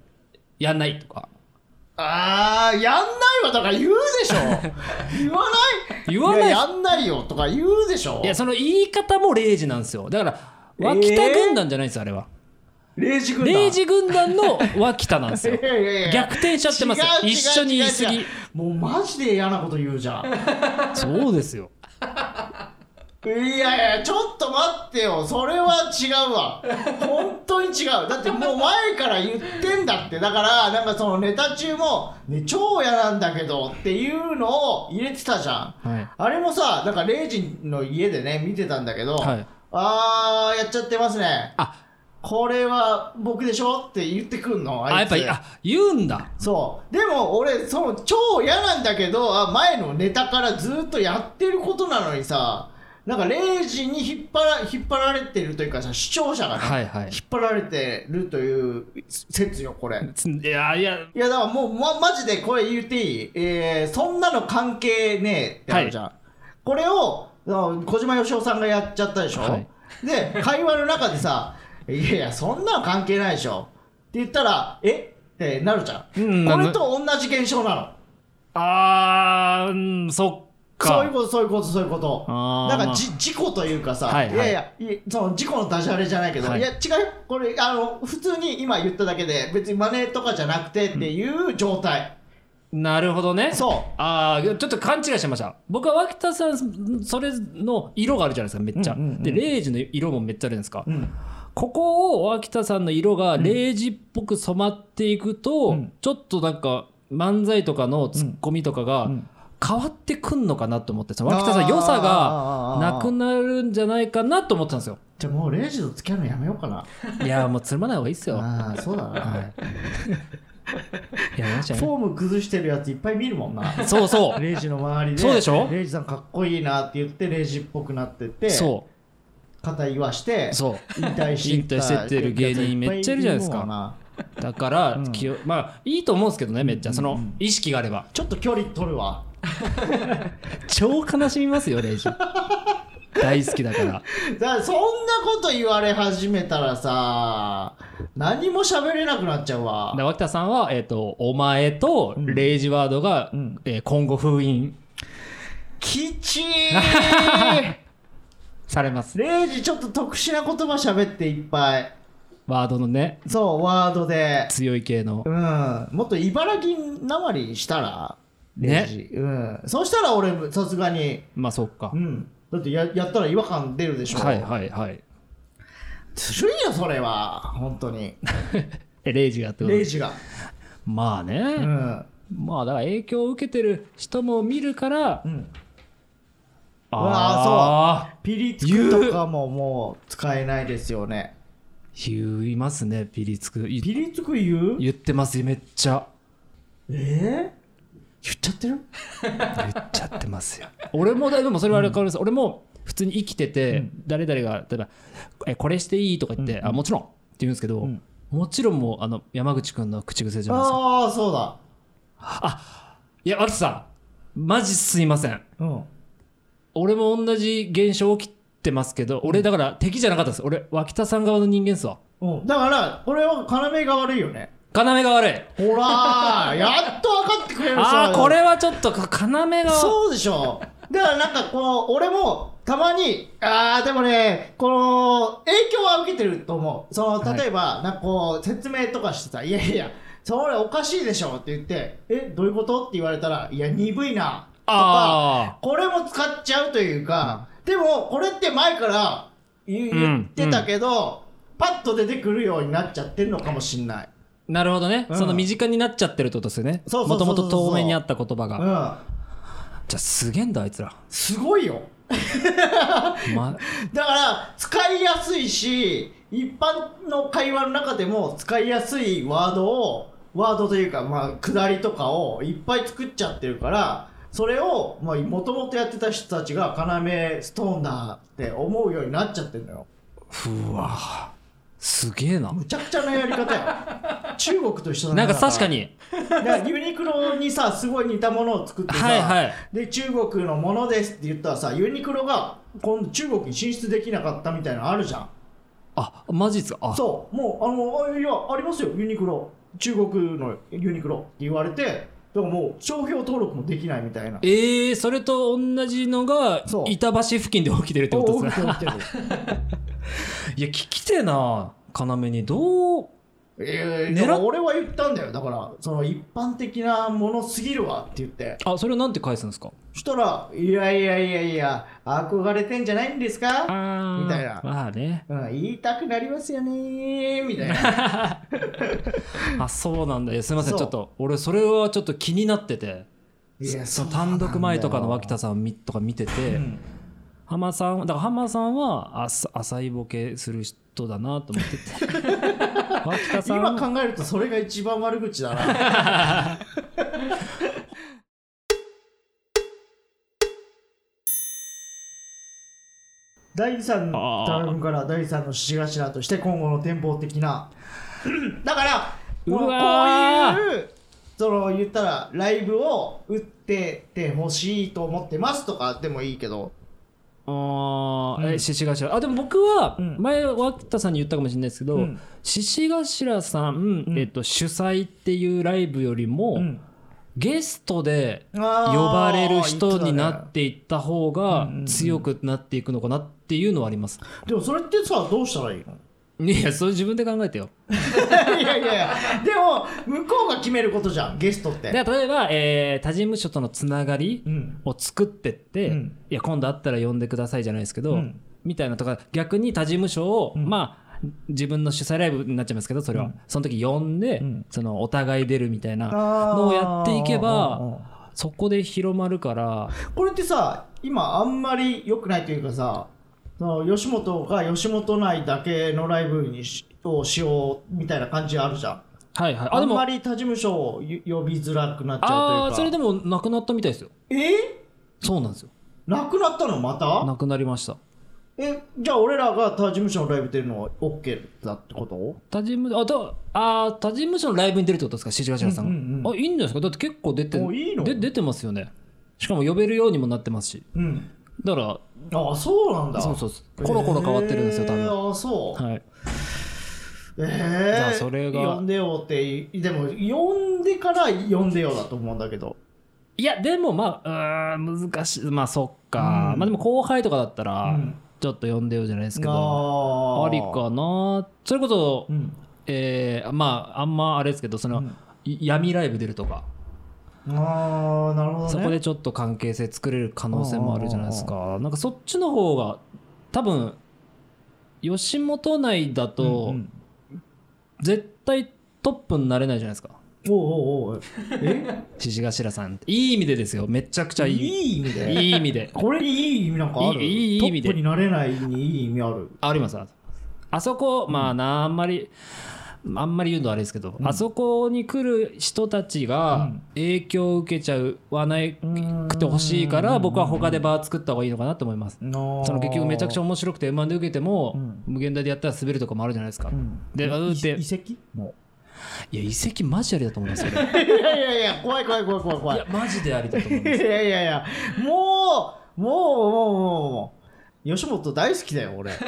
Speaker 2: やんないとか
Speaker 1: あーやんないわとか言うで
Speaker 2: <laughs>
Speaker 1: しょ言わない
Speaker 2: 言わない
Speaker 1: ややんないよとか言うでしょ
Speaker 2: いやその言い方も0時なんですよだから脇田軍団じゃないんですよあれは
Speaker 1: 0時軍団
Speaker 2: 0時軍団の脇田なんですよ
Speaker 1: いやいやいや
Speaker 2: 逆転しちゃってますよ
Speaker 1: 違う違う
Speaker 2: 一緒に言い過
Speaker 1: 違う違
Speaker 2: ぎ
Speaker 1: うもうマジで嫌なこと言うじゃん
Speaker 2: そうですよ
Speaker 1: いやいやちょっと待ってよそれは違うわ本当に違うだってもう前から言ってんだってだからなんかそのネタ中も、ね、超嫌なんだけどっていうのを入れてたじゃん、
Speaker 2: はい
Speaker 1: あれもさなんかレイジの家でね見てたんだけど、
Speaker 2: はい
Speaker 1: あーやっちゃってますね
Speaker 2: あ
Speaker 1: これは僕でしょって言ってくんの
Speaker 2: あ
Speaker 1: あ
Speaker 2: や
Speaker 1: い
Speaker 2: っ
Speaker 1: つ
Speaker 2: ぱりあ言うんだ
Speaker 1: そうでも俺その超嫌なんだけどあ前のネタからずっとやってることなのにさなんか0時に引っ張ら引っ張られてるというかさ視聴者がね、
Speaker 2: はいはい
Speaker 1: 引っ張られてるという説よこれい
Speaker 2: ついやいや
Speaker 1: やだからもう、ま、マジでこれ言っていい、えーそんなの関係ねえってあるじゃん、これをあの小島よしおさんがやっちゃったでしょ、
Speaker 2: はい
Speaker 1: で会話の中でさ「いやいやそんなの関係ないでしょ」って言ったら「えってなるじゃん、
Speaker 2: うん
Speaker 1: これと同じ現象なの
Speaker 2: あー、うんそっ
Speaker 1: そういうことそういうことそういうこと
Speaker 2: あ
Speaker 1: な
Speaker 2: ー
Speaker 1: んかじ事故というかさ、
Speaker 2: はい
Speaker 1: い
Speaker 2: はい
Speaker 1: やいやいやその事故のダジャレじゃないけど、
Speaker 2: はい
Speaker 1: い、や違うよこれあの普通に今言っただけで別にマネとかじゃなくてっていう状態、
Speaker 2: なるほどね。
Speaker 1: そう
Speaker 2: ああ、ちょっと勘違いしてました。僕は脇田さん、それの色があるじゃないですか、めっちゃ。
Speaker 1: うんうんうん
Speaker 2: で、レイジの色もめっちゃあるじゃないですか。
Speaker 1: ん
Speaker 2: ここを脇田さんの色がレイジっぽく染まっていくと、
Speaker 1: うん
Speaker 2: ちょっとなんか漫才とかのツッコミとかが、
Speaker 1: うん
Speaker 2: 変わってくんのかなと思ってその脇田さん
Speaker 1: あー
Speaker 2: 良さがなくなるんじゃないかなと思ってたんで
Speaker 1: <laughs>
Speaker 2: すよ。
Speaker 1: じゃあもうレイジと付き合うのやめようかない
Speaker 2: やーもうつるまない方がいいっすよ。は
Speaker 1: ああそうだな、
Speaker 2: い。いやました
Speaker 1: フ
Speaker 2: ね。
Speaker 1: ォーム崩してるやついっぱい見るもんな
Speaker 2: そうそ
Speaker 1: レイジの周りで
Speaker 2: <laughs> そうでしょ
Speaker 1: レイジさんかっこいいなって言ってレイジっぽくなってて
Speaker 2: う。そう。
Speaker 1: 肩言わして
Speaker 2: そ
Speaker 1: 引
Speaker 2: う
Speaker 1: 退して
Speaker 2: 引退してってる芸人めっちゃいるじゃないですか
Speaker 1: っぱもんな
Speaker 2: だから、気をまあいいと思うんですけどねめっちゃその意識があれば
Speaker 1: ちょっと距離取るわ
Speaker 2: 超悲しみますよレイジ大好きだから
Speaker 1: だからそんなこと言われ始めたらさ何も喋れなくなっちゃうわ
Speaker 2: で脇田さんは、えっと「お前」と「レイジワードが」えー今後封印
Speaker 1: きちい
Speaker 2: <laughs> されます
Speaker 1: レイジちょっと特殊な言葉喋っていっぱい
Speaker 2: ワードのね
Speaker 1: そうワードで
Speaker 2: 強い系の
Speaker 1: うんもっと茨城なまりしたらレイジ、
Speaker 2: ね
Speaker 1: うんそしたら俺さすがに
Speaker 2: まあそっか
Speaker 1: うんだってややったら違和感出るでしょ
Speaker 2: はいはいはい
Speaker 1: ずるいよそれは本当に
Speaker 2: えレイジがってこと
Speaker 1: レイ
Speaker 2: で
Speaker 1: ジが
Speaker 2: まあね、
Speaker 1: うん
Speaker 2: まあだから影響を受けてる人も見るから、
Speaker 1: ん
Speaker 2: ああ
Speaker 1: ピリつくとかももう使えないですよね
Speaker 2: 言いますねピリつくい
Speaker 1: ピリつく言う
Speaker 2: 言ってますめっちゃ
Speaker 1: えー、言っちゃってる
Speaker 2: 言っちゃってますよ俺もだでもそれはあれ変わります、俺も普通に生きてて、誰々が例えばえ「これしていい?」とか言って、あ「もちろん」って言うんですけど、もちろんもうあの山口君の口癖じゃないですか
Speaker 1: ああそうだ
Speaker 2: いや脇田さんマジすいません
Speaker 1: うん
Speaker 2: 俺も同じ現象起きてますけど俺だから敵じゃなかったです俺脇田さん側の人間っすわ
Speaker 1: うん、だから俺は要が悪いよね
Speaker 2: 要が悪い
Speaker 1: ほらーやっと分かってくれる
Speaker 2: ああこれ
Speaker 1: は
Speaker 2: はちょっとか要が
Speaker 1: そうでしょだからなんかこの俺もたまにああでもねこの影響は受けてると思うその例えば、なんかこう説明とかしてさ「いやいやそれおかしいでしょ」って言って「えどういうこと?」って言われたら「いや鈍いな」とか
Speaker 2: あ
Speaker 1: これも使っちゃうというか、でもこれって前から言言ってたけど、パッと出てくるようになっちゃってるのかもしんない。
Speaker 2: あなるほどね、
Speaker 1: うん
Speaker 2: その身近になっちゃってるってことですよね
Speaker 1: そうそうそうそう
Speaker 2: もともと透明にあった言葉が、
Speaker 1: うん、
Speaker 2: じゃあすげえんだあいつら、
Speaker 1: すごいよ。
Speaker 2: ま、
Speaker 1: だから使いやすいし、一般の会話の中でも使いやすいワードを、ワードというか、まあ、くだりとかをいっぱい作っちゃってるから、それを、まあ、もともとやってた人たちが、要ストーンだって思うようになっちゃってるのよ。
Speaker 2: うわすげえな
Speaker 1: むちゃくちゃなやり方
Speaker 2: <laughs>
Speaker 1: や。中国と一緒だ
Speaker 2: なんか
Speaker 1: だら
Speaker 2: 確かに
Speaker 1: だからユニクロにさすごい似たものを作ってさ、
Speaker 2: はいはい
Speaker 1: で中国のものですって言ったらさユニクロが今度中国に進出できなかったみたいなのあるじゃん
Speaker 2: あマジっすかあ
Speaker 1: そうもうあのあいやありますよユニクロ中国のユニクロって言われてだからもう商標登録もできないみたいな
Speaker 2: えー、それと同じのが
Speaker 1: そう
Speaker 2: 板橋付近で起きてるってこ
Speaker 1: お
Speaker 2: と
Speaker 1: お
Speaker 2: で
Speaker 1: 起き
Speaker 2: す
Speaker 1: て
Speaker 2: ね
Speaker 1: る起きてる
Speaker 2: <laughs> いや聞きてえな要にどう <laughs>
Speaker 1: えー、
Speaker 2: 狙っ
Speaker 1: だから俺は言ったんだよだからその一般的なものすぎるわって言って
Speaker 2: あそれはなんて返すんですか
Speaker 1: そしたら「いやいやいやいや憧れてんじゃないんですか?」
Speaker 2: あ
Speaker 1: ーみたいな
Speaker 2: まあね
Speaker 1: うん、言いたくなりますよねーみたいな
Speaker 2: あそうなんだいやすいません
Speaker 1: そう
Speaker 2: ちょっと俺それはちょっと気になってて
Speaker 1: いや
Speaker 2: <laughs> その
Speaker 1: そうなんだよ
Speaker 2: 単独前とかの脇田さんみとか見てて、浜さんだから浜さんはあさ浅いボケする人だなと思ってて <laughs> 脇田さんは
Speaker 1: 今考えるとそれが一番悪口だな
Speaker 2: <laughs>
Speaker 1: 第三
Speaker 2: あー
Speaker 1: 頼むから第三の獅子頭として今後の展望的なだからこの
Speaker 2: うわー
Speaker 1: こういうその言ったらライブを打ってってほしいと思ってますとかでもいいけど
Speaker 2: あーえ獅子頭あでも僕は前脇田さんに言ったかもしれないですけど
Speaker 1: ん
Speaker 2: 獅子頭さん、えっと、主催っていうライブよりも、ゲストで
Speaker 1: 呼
Speaker 2: 呼ばれる人になっていった方が強くなっていくのかなっていうのはあり <laughs> ます。
Speaker 1: でもそれってさどうしたらいいの
Speaker 2: いや、それ自分で考えてよ。
Speaker 1: いやいやいやでも向こうが決めることじゃんゲストって
Speaker 2: で例えば、えー他事務所とのつながり
Speaker 1: うん
Speaker 2: を作ってって、
Speaker 1: うん
Speaker 2: いや今度会ったら呼んでくださいじゃないですけど、
Speaker 1: うん
Speaker 2: みたいなとか逆に他事務所を、
Speaker 1: ん
Speaker 2: まあ自分の主催ライブになっちゃいますけどそれは、
Speaker 1: うん
Speaker 2: その時呼んで、
Speaker 1: うん
Speaker 2: そのお互い出るみたいなのをやっていけ
Speaker 1: あーうんうんうん
Speaker 2: ばそこで広ま
Speaker 1: <laughs>
Speaker 2: るから
Speaker 1: これってさ今あんまり良くないというかさその吉本が吉本内だけのライブにしをしようみたいな感じあるじゃん
Speaker 2: はいはい
Speaker 1: あ
Speaker 2: あで
Speaker 1: ん
Speaker 2: も
Speaker 1: まり他事務所をゆ呼びづらくなっちゃ
Speaker 2: あ
Speaker 1: う
Speaker 2: ー
Speaker 1: と
Speaker 2: そ
Speaker 1: いう
Speaker 2: れ
Speaker 1: か
Speaker 2: でもなくなったみたいですよ
Speaker 1: え
Speaker 2: そうなんですよ
Speaker 1: なくなったのまた
Speaker 2: なくなりました
Speaker 1: えじゃあ俺らが他事務所のライブ出るのは OK だってこと
Speaker 2: 他事務所あとあー他事務所のライブに出るってことですか七頭さんが、
Speaker 1: うんうんうん
Speaker 2: あいいんじゃないですかだって結構出て
Speaker 1: おいいの
Speaker 2: で出てますよねしかも呼べるようにもなってますし
Speaker 1: うん
Speaker 2: だか
Speaker 1: ああそうなんだ
Speaker 2: らそうそうそうコロコロ変わってるんですよ多
Speaker 1: え
Speaker 2: 分、
Speaker 1: ー、あそう、
Speaker 2: はい、
Speaker 1: えー、
Speaker 2: じゃあそれが
Speaker 1: 呼んでよってでも呼んでから呼んでよだと思うんだけど
Speaker 2: いやでもまあうーん難しいまあそっか、
Speaker 1: うん
Speaker 2: まあでも後輩とかだったら、
Speaker 1: うん
Speaker 2: ちょっと呼んでよじゃないですけど
Speaker 1: あー
Speaker 2: ありかなそれこそ、
Speaker 1: うん
Speaker 2: えーまああんまあれですけどその、
Speaker 1: うん
Speaker 2: い闇ライブ出るとか
Speaker 1: ああなるほどね
Speaker 2: そこでちょっと関係性作れる可能性もあるじゃないですか。なんかそっちの方が多分吉本内だ
Speaker 1: う
Speaker 2: と
Speaker 1: んうん
Speaker 2: 絶対トップになれないじゃないですか。
Speaker 1: おうおうおうえ
Speaker 2: 獅子頭さんっていい意味でですよ。めちゃくちゃい
Speaker 1: い
Speaker 2: い。
Speaker 1: い意味
Speaker 2: い
Speaker 1: で
Speaker 2: い意味で。
Speaker 1: これにいい意味なんかある
Speaker 2: いいいい意味で
Speaker 1: トップになれないにいい意味ある
Speaker 2: あります。あそこ、まあな、あんまり、あんまり言うのはあれですけど、あそこに来る人たちが影響を受けちゃわないくてほしいから、僕は他でバー作った方がいいのかなと思います。そ
Speaker 1: そ
Speaker 2: の結局めちゃくちゃ面白くて M1 で受けても、
Speaker 1: うん
Speaker 2: 無限大でやったら滑るとかもあるじゃないですか、
Speaker 1: うん
Speaker 2: であうって
Speaker 1: 遺跡
Speaker 2: <laughs>
Speaker 1: も
Speaker 2: いや遺跡マジありだと思いますよいう
Speaker 1: いやいやいや怖い怖い怖い怖い怖い
Speaker 2: やマジでありだと思い
Speaker 1: い
Speaker 2: ます
Speaker 1: やいやいやもうもうもうもうもう吉本大好きだよ俺
Speaker 2: <laughs>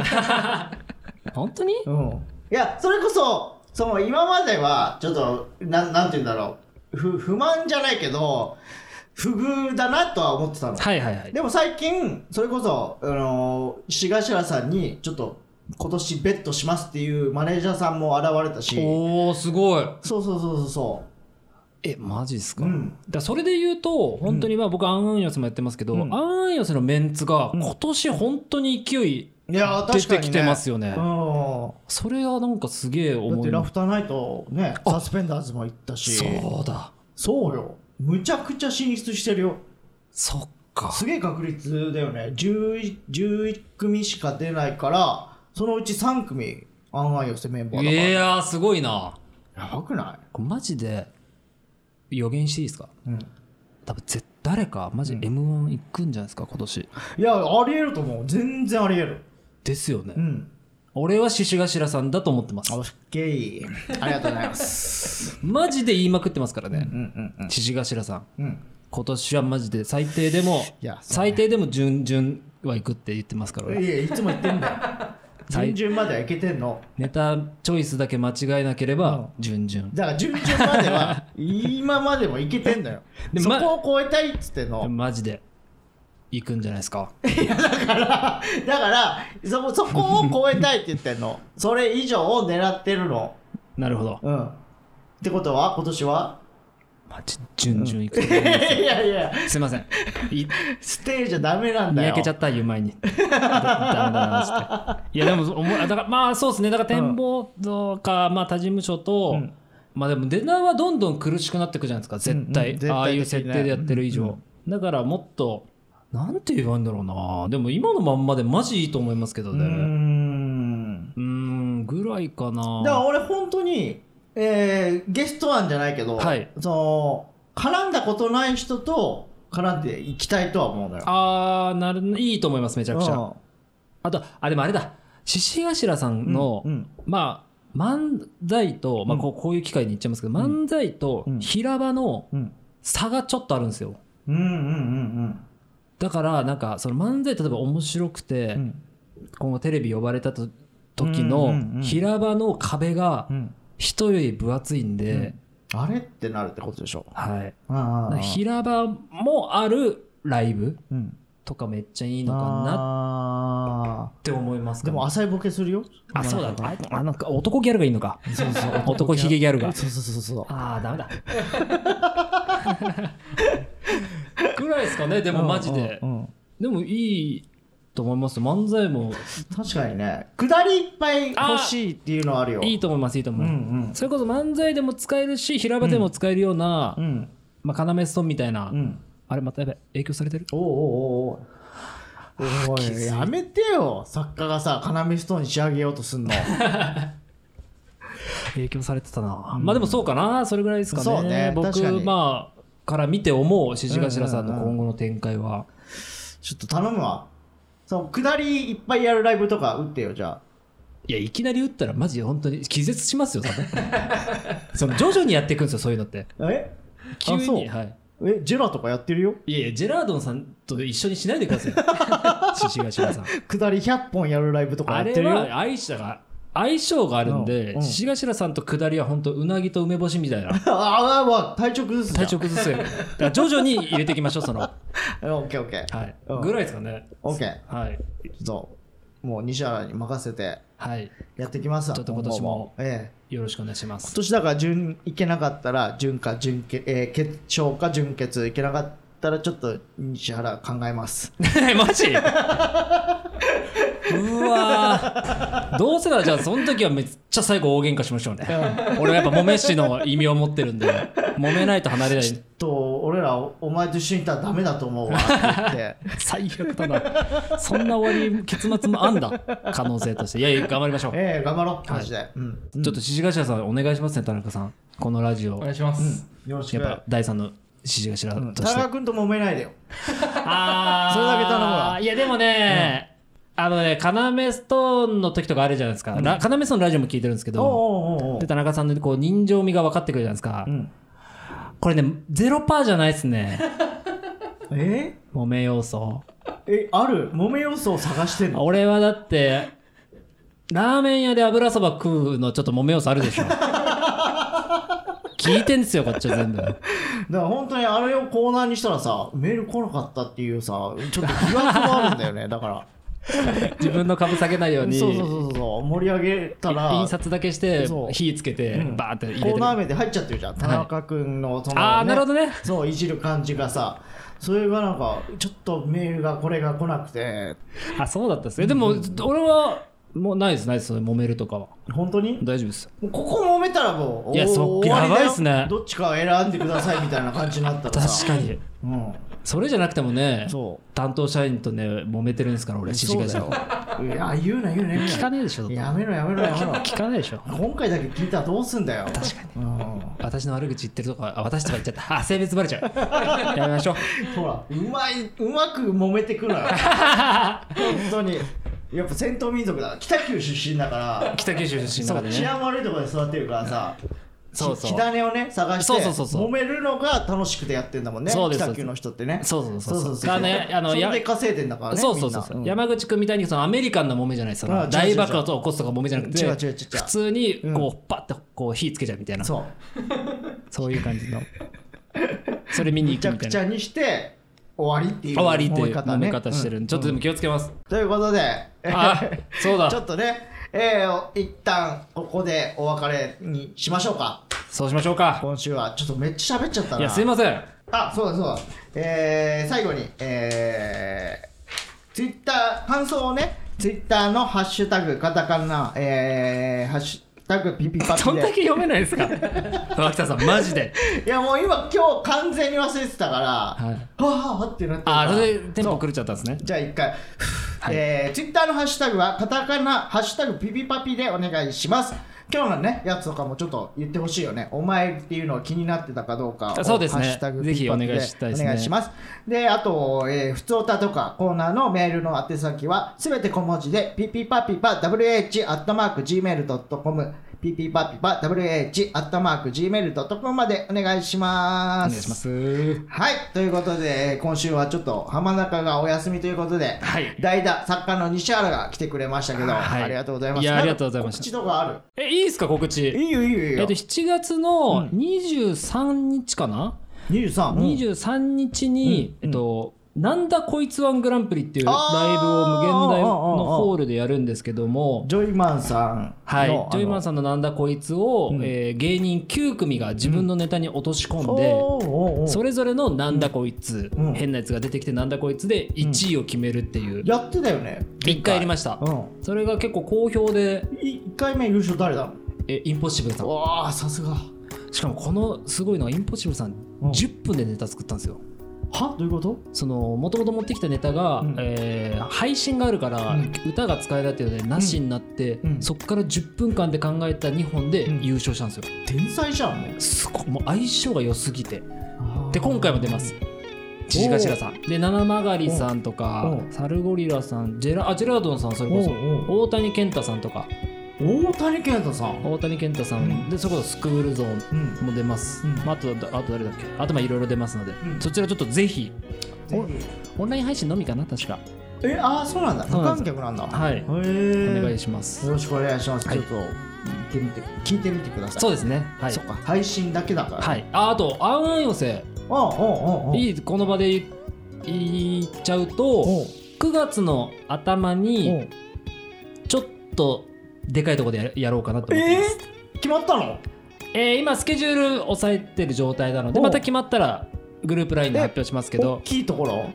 Speaker 2: 本当に
Speaker 1: うんいやそれこそその今まではちょっとなんなんて言うんだろう不不満じゃないけど不遇だなとは思ってたの、
Speaker 2: はいはいはい
Speaker 1: でも最近それこそあのー志頭さんにちょっと今年ベットしますっていうマネージャーさんも現れたし
Speaker 2: おおすごい
Speaker 1: そうそうそうそうそ
Speaker 2: えマジですか,、
Speaker 1: うん
Speaker 2: だそれで言うと本当にまあ僕アンアンヨスもやってますけど、
Speaker 1: うん
Speaker 2: アンアンヨスのメンツが今年本当に勢いう
Speaker 1: いやー確かに、
Speaker 2: 出
Speaker 1: ね、
Speaker 2: てきてますよね
Speaker 1: う
Speaker 2: それはなんかすげ
Speaker 1: ん
Speaker 2: え
Speaker 1: だっ
Speaker 2: 思
Speaker 1: て
Speaker 2: い
Speaker 1: ラ
Speaker 2: ます
Speaker 1: フターナイトねサスペンダーズも行ったし
Speaker 2: そうだ
Speaker 1: そうよむちゃくちゃ進出してるよ
Speaker 2: そっか
Speaker 1: すげえ確率だよね 11, 11組しか出ないからそのうち3組アンアン寄せメンバー
Speaker 2: い
Speaker 1: だから、
Speaker 2: やーすごいな
Speaker 1: やばくな
Speaker 2: これマジで予言していいですか
Speaker 1: い、うん、
Speaker 2: 多分絶誰かマジ m 1行くんじゃないですか今年
Speaker 1: いやありえると思う全然ありえる
Speaker 2: ですよね、
Speaker 1: うん
Speaker 2: 俺は獅子頭さんだと思ってます
Speaker 1: オッケーありがとうございます <laughs>
Speaker 2: マジで言いまくってますからね
Speaker 1: うん
Speaker 2: 獅子頭さん
Speaker 1: うんうん
Speaker 2: 今年はマジで最低でも
Speaker 1: いやそう
Speaker 2: 最低でも準々は行くって言ってますから
Speaker 1: い
Speaker 2: 俺
Speaker 1: やいつも言ってんだよ
Speaker 2: <laughs> 最
Speaker 1: 順々まではいけてんの
Speaker 2: ネタチョイスだけ間違えなければ準々
Speaker 1: だから順々まで
Speaker 2: <laughs>
Speaker 1: は今までもいけてんだよ
Speaker 2: で
Speaker 1: そ
Speaker 2: ま
Speaker 1: こを超えたいっつってんの
Speaker 2: マジで行くんじゃないですか
Speaker 1: だからそこそこを超えたいって言ってん
Speaker 2: <laughs>
Speaker 1: のそれ以上を狙ってるの
Speaker 2: なるほど
Speaker 1: うん。ってことは、今年は
Speaker 2: マジ準々行くと思
Speaker 1: <laughs> い
Speaker 2: いま
Speaker 1: やいや、
Speaker 2: <laughs> すすいませんい
Speaker 1: ステージはダメなん
Speaker 2: に
Speaker 1: だ
Speaker 2: や
Speaker 1: よ。
Speaker 2: けちゃった言う
Speaker 1: <laughs>
Speaker 2: 前にダメだなっつっていやでもおもだからまあそうですねだから展望とか、まあ他事務所と、
Speaker 1: うん
Speaker 2: まあでも出名はどんどん苦しくなってくじゃないですか絶対,、
Speaker 1: うんうん絶対的にね
Speaker 2: ああいう設定でやってる以上、
Speaker 1: うんう
Speaker 2: だからもっとなんて言えばいいんだろうなでも今のまんまでマジいいと思いますけど
Speaker 1: うー
Speaker 2: ね
Speaker 1: ん。
Speaker 2: うーんぐらいかな
Speaker 1: だから俺、本当に、えーゲスト案じゃないけど、
Speaker 2: はい
Speaker 1: その、絡んだことない人と絡んでいきたいとは思うのよ。
Speaker 2: あーなるいいと思いますめちゃくちゃ、あとあでもあれだ獅子頭さんの、
Speaker 1: うんうん
Speaker 2: まあ漫才と、まあ、こうこういう機会に言っちゃいますけど、漫才と
Speaker 1: うん
Speaker 2: 平場の
Speaker 1: うん。
Speaker 2: 差がちょっとあるんですよ
Speaker 1: うんうんうん
Speaker 2: だからなんかその漫才例えば面白くて、
Speaker 1: うん
Speaker 2: 今後テレビ呼ばれたと時
Speaker 1: うんうんう
Speaker 2: の
Speaker 1: ん
Speaker 2: 平場の壁が
Speaker 1: うん。
Speaker 2: 人より分厚いんで、
Speaker 1: あれってなるってことでしょ
Speaker 2: はい。
Speaker 1: ああ
Speaker 2: 平場もあるライブ
Speaker 1: うん
Speaker 2: とかめっちゃいいのかな
Speaker 1: あ
Speaker 2: って思いま
Speaker 1: ー
Speaker 2: すか
Speaker 1: で
Speaker 2: ね
Speaker 1: も浅いボケするよ
Speaker 2: あ、そうだ。ああの、男ギャルがいいのか。
Speaker 1: <laughs>
Speaker 2: 男ひげギャルが。
Speaker 1: そうそうそうそう
Speaker 2: ああ、ダメだ。ぐらいですかね、でもマジで
Speaker 1: う。んうん
Speaker 2: でもいいと思います。漫才も
Speaker 1: 確かにね下りいっぱい欲しいっていうのはあるよ
Speaker 2: いいと思います、いいと思
Speaker 1: う
Speaker 2: い
Speaker 1: んう
Speaker 2: ます。
Speaker 1: ん
Speaker 2: それこそ漫才でも使えるし、平場でも使えるような、
Speaker 1: うん
Speaker 2: まあ、要ストーンみたいな、
Speaker 1: うん
Speaker 2: あれまたやべ、影響されてる
Speaker 1: おうおうおう
Speaker 2: <laughs>
Speaker 1: おうおいやめてよ作家がさ要ストーンに仕上げようとす
Speaker 2: <laughs>
Speaker 1: んの
Speaker 2: 影響されてたな、まあでもそうかなそれぐらいですかね
Speaker 1: そうね確
Speaker 2: 僕
Speaker 1: かに
Speaker 2: まあから見て思う獅子頭さんの今後の展開は、
Speaker 1: ちょっと頼むわそう下りいっぱいやるライブとか打ってよじゃあ
Speaker 2: いやいきなり打ったらマジで本当に気絶しますよ多分 <laughs> その徐々にやっていくんですよそういうのって
Speaker 1: え
Speaker 2: 急
Speaker 1: あそう
Speaker 2: に、はい、
Speaker 1: えジェラとかやってるよ
Speaker 2: いやいやジェラードンさんと一緒にしないでくだ <laughs> さい獅子頭さん
Speaker 1: 下り100本やるライブとか
Speaker 2: あ
Speaker 1: やっ
Speaker 2: れ
Speaker 1: てるよ
Speaker 2: は相性が相性があるんで
Speaker 1: うん
Speaker 2: 獅子、頭さんと下りは本当うなぎと梅干しみたいな
Speaker 1: ああ、まあ、体調崩すじゃん
Speaker 2: 体調崩 <laughs> すよだから徐々に入れていきましょうその、は
Speaker 1: うんオッケーオッケー。
Speaker 2: い
Speaker 1: うん、
Speaker 2: ぐらいですかね
Speaker 1: オッケー。
Speaker 2: はい
Speaker 1: そう。もう西原に任せて
Speaker 2: はい
Speaker 1: やってきますわ
Speaker 2: ちょっと今年も
Speaker 1: ええ。
Speaker 2: よろしくお願いしま
Speaker 1: 今
Speaker 2: <laughs> す。
Speaker 1: 年だから準いけなかったら、準か準決、えー決勝か準決いけなかったら、ちょっと西原考え
Speaker 2: <laughs>
Speaker 1: ます。
Speaker 2: マジうわーどうせならじゃあその時はめっちゃ最後大喧嘩しましょうね。俺はやっぱもめしの意味を持って <laughs> るんで、揉めないと離れない。
Speaker 1: と、俺らおお前と一緒にいたらダメだと思うわって言
Speaker 2: <laughs>
Speaker 1: って。
Speaker 2: 最悪だな。そんな終わり、結末もあんだ。可能性として。いやいや、頑張りましょう。
Speaker 1: ええ、頑張ろう。マジで。うん。
Speaker 2: ちょっと獅子頭さんお願いしますね、田中さん。このラジ
Speaker 3: お
Speaker 2: オ
Speaker 3: 願い。します。
Speaker 1: よろし
Speaker 2: やっ
Speaker 1: く。
Speaker 2: ぱ第三の獅子
Speaker 1: うん
Speaker 2: 頭
Speaker 1: 田
Speaker 2: として
Speaker 1: 中。君と揉めないでよ。
Speaker 2: あー
Speaker 1: それだけ頼むわ
Speaker 2: いやでもね、あのね要ストーンの時とかあるじゃないですか、ラ要ストーンのラジオも聞いてるんですけど
Speaker 1: おうおうおうおう
Speaker 2: で田中さんのこう人情味が分かってくるじゃないですか、
Speaker 1: ん
Speaker 2: これねゼロパーじゃないですね
Speaker 1: え
Speaker 2: 揉め要素
Speaker 1: え、ある揉め要素を探してんの
Speaker 2: 俺はだってラーメン屋で油そば食うのちょっと揉め要素あるでしょ聞いてんですよこっちは全部
Speaker 1: だから本当にあれをコーナーにしたらさメール来なかったっていうさちょっと疑惑もあるんだ
Speaker 2: <laughs>
Speaker 1: よねだから
Speaker 2: 自分の株下げないように
Speaker 1: そうそうそうそう盛り上げたら
Speaker 2: 印刷だけして
Speaker 1: そう
Speaker 2: 火つけて
Speaker 1: うん
Speaker 2: バーって入れて
Speaker 1: コ
Speaker 2: る
Speaker 1: ーナー名で入っちゃってるじゃん田中君のその、
Speaker 2: あーなるほどね
Speaker 1: そういじる感じがさそれがなんかちょっとメールがこれが来なくて
Speaker 2: <laughs> あそうだったっすねでも、俺はもうないですないですそれ揉めるとかは
Speaker 1: 本当に
Speaker 2: 大丈夫です
Speaker 1: もうここ揉めたらもう
Speaker 2: いや
Speaker 1: おー
Speaker 2: そっ
Speaker 1: 終わりだよ
Speaker 2: やばいっすね
Speaker 1: どっちかを選んでくださいみたいな感じになったらさ
Speaker 2: 確かに
Speaker 1: うん
Speaker 2: それじゃなくてもね
Speaker 1: そう
Speaker 2: 担当社員とね揉めてるんですから俺獅子
Speaker 1: そうだ
Speaker 2: 頭
Speaker 1: よいや言うな言うな言うな
Speaker 2: 聞かねえでしょ
Speaker 1: やめろやめろやめろ
Speaker 2: 聞かないでしょ
Speaker 1: 今回だけ聞いたらどうすんだよ確かに、うん
Speaker 2: 私の悪口言ってるとかあ私とか言っちゃったあ性別バレちゃ
Speaker 1: <laughs>
Speaker 2: うやめましょう
Speaker 1: ほらうまいうまく揉めてくる
Speaker 2: <laughs>
Speaker 1: のよ本当にやっぱ戦闘民族だ北九州出身だから
Speaker 2: 北九州出身の
Speaker 1: そ
Speaker 2: 中
Speaker 1: う
Speaker 2: で
Speaker 1: 治
Speaker 2: ね
Speaker 1: 安悪いところで育ってるからさ
Speaker 2: そうそう
Speaker 1: 火種をね探して
Speaker 2: そうそうそうそう
Speaker 1: 揉めるのが楽しくてやってんだもんね
Speaker 2: そうです
Speaker 1: 北九の人ってね
Speaker 2: そうそうそう
Speaker 1: そ
Speaker 2: そうう
Speaker 1: そう
Speaker 2: あのねあの
Speaker 1: それ
Speaker 2: や
Speaker 1: で稼いでんだからね
Speaker 2: そうそうそうそう、
Speaker 1: みんな
Speaker 2: 山口君みたいにそのアメリカンな揉めじゃないです
Speaker 1: あ違
Speaker 2: か
Speaker 1: う
Speaker 2: 大爆発を起こすとか揉めじゃなくて
Speaker 1: 違う違う違う違う
Speaker 2: 普通にこうパッてこう火つけちゃうみたいな、
Speaker 1: そう
Speaker 2: そういう感じの。 <laughs> それ見に
Speaker 1: め
Speaker 2: 行
Speaker 1: ち
Speaker 2: く
Speaker 1: ゃ
Speaker 2: みた
Speaker 1: く
Speaker 2: い
Speaker 1: ち
Speaker 2: な。
Speaker 1: ゃにして終わりっていう
Speaker 2: 終わりっていう
Speaker 1: 方
Speaker 2: 揉
Speaker 1: ね
Speaker 2: め方してるんで、ちょっとでも気をつけます。
Speaker 1: ということで、 <laughs>
Speaker 2: あそうだ
Speaker 1: ちょっとね、えー、一旦ここでお別れにしましょうか。
Speaker 2: そうしましょうか。
Speaker 1: 今週はちょっとめっちゃ喋っちゃったな。
Speaker 2: いや、すいません。
Speaker 1: あ、そうだそうだ。えー、最後に、えー、ツイッター、感想をね、ツイッターのハッシュタグ、カタカナ、えー、ハッシュタグピピパ
Speaker 2: ど
Speaker 1: ピ
Speaker 2: んだ
Speaker 1: で。
Speaker 2: け読めない
Speaker 1: <laughs>
Speaker 2: ですか脇田さん、マジで。
Speaker 1: いやもう今、今日完全に忘れてたから、
Speaker 2: い
Speaker 1: はぁはぁってなってるから
Speaker 2: あ、それでテンポ狂っちゃったんですね。
Speaker 1: じゃあ一回、
Speaker 2: はい
Speaker 1: えー、ツイッターのハッシュタグはカタカナ、ハッシュタグピピパピでお願いします。今日のね、やつとかもちょっと言ってほしいよね。お前っていうのを気になってたかどうかを
Speaker 2: あそうですね
Speaker 1: ハッシュタグピピパピ
Speaker 2: ぜひお願いしたいですね
Speaker 1: お願いします。で、あと、えー、普通歌とかコーナーのメールの宛先はすべて小文字で、ピピパピパ wh.gmail.com ピピパピパ WH アットマーク Gmail.com までお願いしま
Speaker 2: お
Speaker 1: す。
Speaker 2: 願いしま。す。
Speaker 1: はい。ということで、今週はちょっと浜中がお休みということで、
Speaker 2: はい
Speaker 1: 代打、作家の西原が来てくれましたけど、
Speaker 2: はい
Speaker 1: ありがとうございます。
Speaker 2: いやありがとうございました
Speaker 1: 告知とかある
Speaker 2: え、いいですか、告知。
Speaker 1: いいよいいよいい
Speaker 2: え
Speaker 1: よ
Speaker 2: っと、。7月の23日かな、
Speaker 1: 23。
Speaker 2: 23日に、えっと、なんだこいつワングランプリっていうライブ
Speaker 1: あー
Speaker 2: を無
Speaker 1: あーあーあ
Speaker 2: 限大の
Speaker 1: ー
Speaker 2: ホールでやるんですけども、
Speaker 1: ジョイマンさんの。
Speaker 2: はい、ジ
Speaker 1: あの
Speaker 2: ョイマンさんのなんだこいつを、えー芸人9組が自分のネタに落とし込んで、
Speaker 1: おーおーおー
Speaker 2: それぞれのなんだこいつ、
Speaker 1: うん
Speaker 2: 変なやつが出てきてなんだこいつで1位を決めるっていう、
Speaker 1: やってたよね。
Speaker 2: 1回やりました、
Speaker 1: う
Speaker 2: それが結構好評で
Speaker 1: ん。い一回目優勝誰だの
Speaker 2: えインポッシブルさん
Speaker 1: わあ、さすが。
Speaker 2: しかもこのすごいのはインポッシブルさん
Speaker 1: うん
Speaker 2: 10分でネタ作ったんですよ
Speaker 1: はどういうこと
Speaker 2: そのもともと持ってきたネタが、
Speaker 1: うん
Speaker 2: えー配信があるから、歌が使えないっていうのでなしになって、
Speaker 1: うん
Speaker 2: そっから10分間で考えた2本で優勝したんですよ、
Speaker 1: 天才じゃん、ね。
Speaker 2: すごいもう相性が良すぎてで今回も出ます父頭さんで七曲さんとか
Speaker 1: おう
Speaker 2: サルゴリラさんジェラあジェラードンさんそれこそ
Speaker 1: おう
Speaker 2: 大谷健太さんとか
Speaker 1: 大谷健太さん。
Speaker 2: 大谷健太さん、でそれこそスクールゾー
Speaker 1: うん
Speaker 2: ンも出ます、
Speaker 1: うん
Speaker 2: まあ、あとあと誰だっけあとまあいろいろ出ますので、
Speaker 1: ん
Speaker 2: そちらちょっとぜひ
Speaker 1: ぜひ
Speaker 2: オンライン配信のみかな確か
Speaker 1: え、ああ、そうなんだ。
Speaker 2: そ
Speaker 1: 無
Speaker 2: うなんです
Speaker 1: 観客なんだ。
Speaker 2: はい
Speaker 1: へ
Speaker 2: お
Speaker 1: ー
Speaker 2: 願いします、
Speaker 1: よろしくお願いします。
Speaker 2: はい
Speaker 1: ちょっと、行ってみて、聞いてみてください。
Speaker 2: そうですねはい
Speaker 1: そっか、配信だけだから。。
Speaker 2: はいい、ああとあんあん寄せ
Speaker 1: おうおうおうおう。
Speaker 2: いいこの場で言言っちゃう
Speaker 1: お
Speaker 2: と
Speaker 1: う
Speaker 2: 9月の頭
Speaker 1: お
Speaker 2: に
Speaker 1: う
Speaker 2: ちょっとでかいところでやるやろうかなと思って
Speaker 1: え
Speaker 2: ます、
Speaker 1: ー決まったの
Speaker 2: えー今スケジュール押さえてる状態なので
Speaker 1: おう
Speaker 2: また決まったらグループラインで発表しますけ
Speaker 1: 大
Speaker 2: ど
Speaker 1: きいところ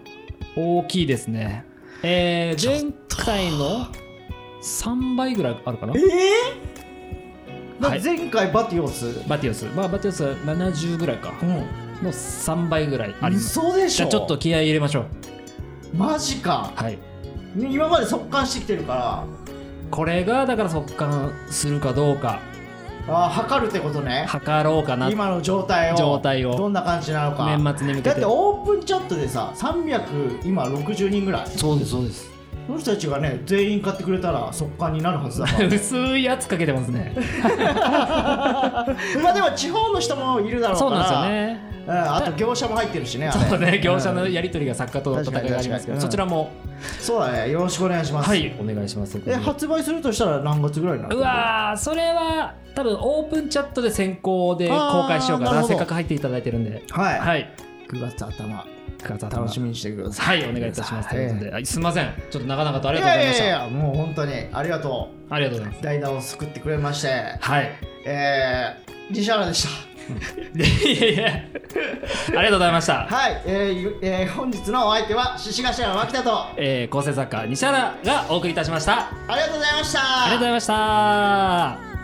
Speaker 2: 大きいですねえー前回の3倍ぐらいあるかな
Speaker 1: ええ
Speaker 2: はい
Speaker 1: 前回バティオス。
Speaker 2: バティオス、まあ、バティオスは70ぐらいか
Speaker 1: うん。
Speaker 2: の3倍ぐらいあります
Speaker 1: 嘘でし
Speaker 2: じゃ
Speaker 1: ょ
Speaker 2: あちょっと。気合い入れましょう
Speaker 1: マジか。
Speaker 2: はい
Speaker 1: 今まで速乾してきてるから。
Speaker 2: これがだから速乾するかどうか
Speaker 1: ああ、測るってことね。
Speaker 2: 測ろうかな
Speaker 1: 今の状態を
Speaker 2: 状態を
Speaker 1: どんな感じなのか
Speaker 2: 年末に向け
Speaker 1: だっててオープンチャットでさ300今60人ぐらいそ
Speaker 2: そうですそうです
Speaker 1: の人たちがね全員買ってくれたら速乾になるはずだから
Speaker 2: <laughs> 薄いやつかけてます
Speaker 1: <laughs>
Speaker 2: ね
Speaker 1: まあでも地方の人もいるだろうか
Speaker 2: そ
Speaker 1: ら
Speaker 2: うなんですよね
Speaker 1: うん、あと業者も入ってるしねあれ
Speaker 2: そうね、業者のやり取りが作家との戦いがあります
Speaker 1: 確かに確か
Speaker 2: けど、
Speaker 1: に
Speaker 2: そちらも、
Speaker 1: そうだねよろしくお願いします、
Speaker 2: はい、お願いします。
Speaker 1: え発売するとしたら何月ぐらいになる
Speaker 2: うわー、それは多分オープンチャットで先行で公開しよう
Speaker 1: あーなる
Speaker 2: かな、
Speaker 1: ほど
Speaker 2: せっかく入っていただいてるんで、
Speaker 1: はい、
Speaker 2: はい、
Speaker 1: 9月頭
Speaker 2: 楽
Speaker 1: 楽しみにしてください
Speaker 2: はい、お願いいたします。と
Speaker 1: はいいう
Speaker 2: ことで、あすみません、ちょっと長々とあり
Speaker 1: い
Speaker 2: がとう
Speaker 1: やい
Speaker 2: ございまし
Speaker 1: やい
Speaker 2: た。
Speaker 1: やもう本当にありがと
Speaker 2: ありがとうございます
Speaker 1: う。代打を救ってくれまして
Speaker 2: はい、 <laughs>
Speaker 1: えー、西原でした
Speaker 2: いやいや、ありがとうございました。
Speaker 1: はい、えーゆえー本日のお相手は獅子頭の脇田とあ
Speaker 2: えー、構成作家西原がお送りいたしました。あり
Speaker 1: りがとうございました
Speaker 2: がとうございました。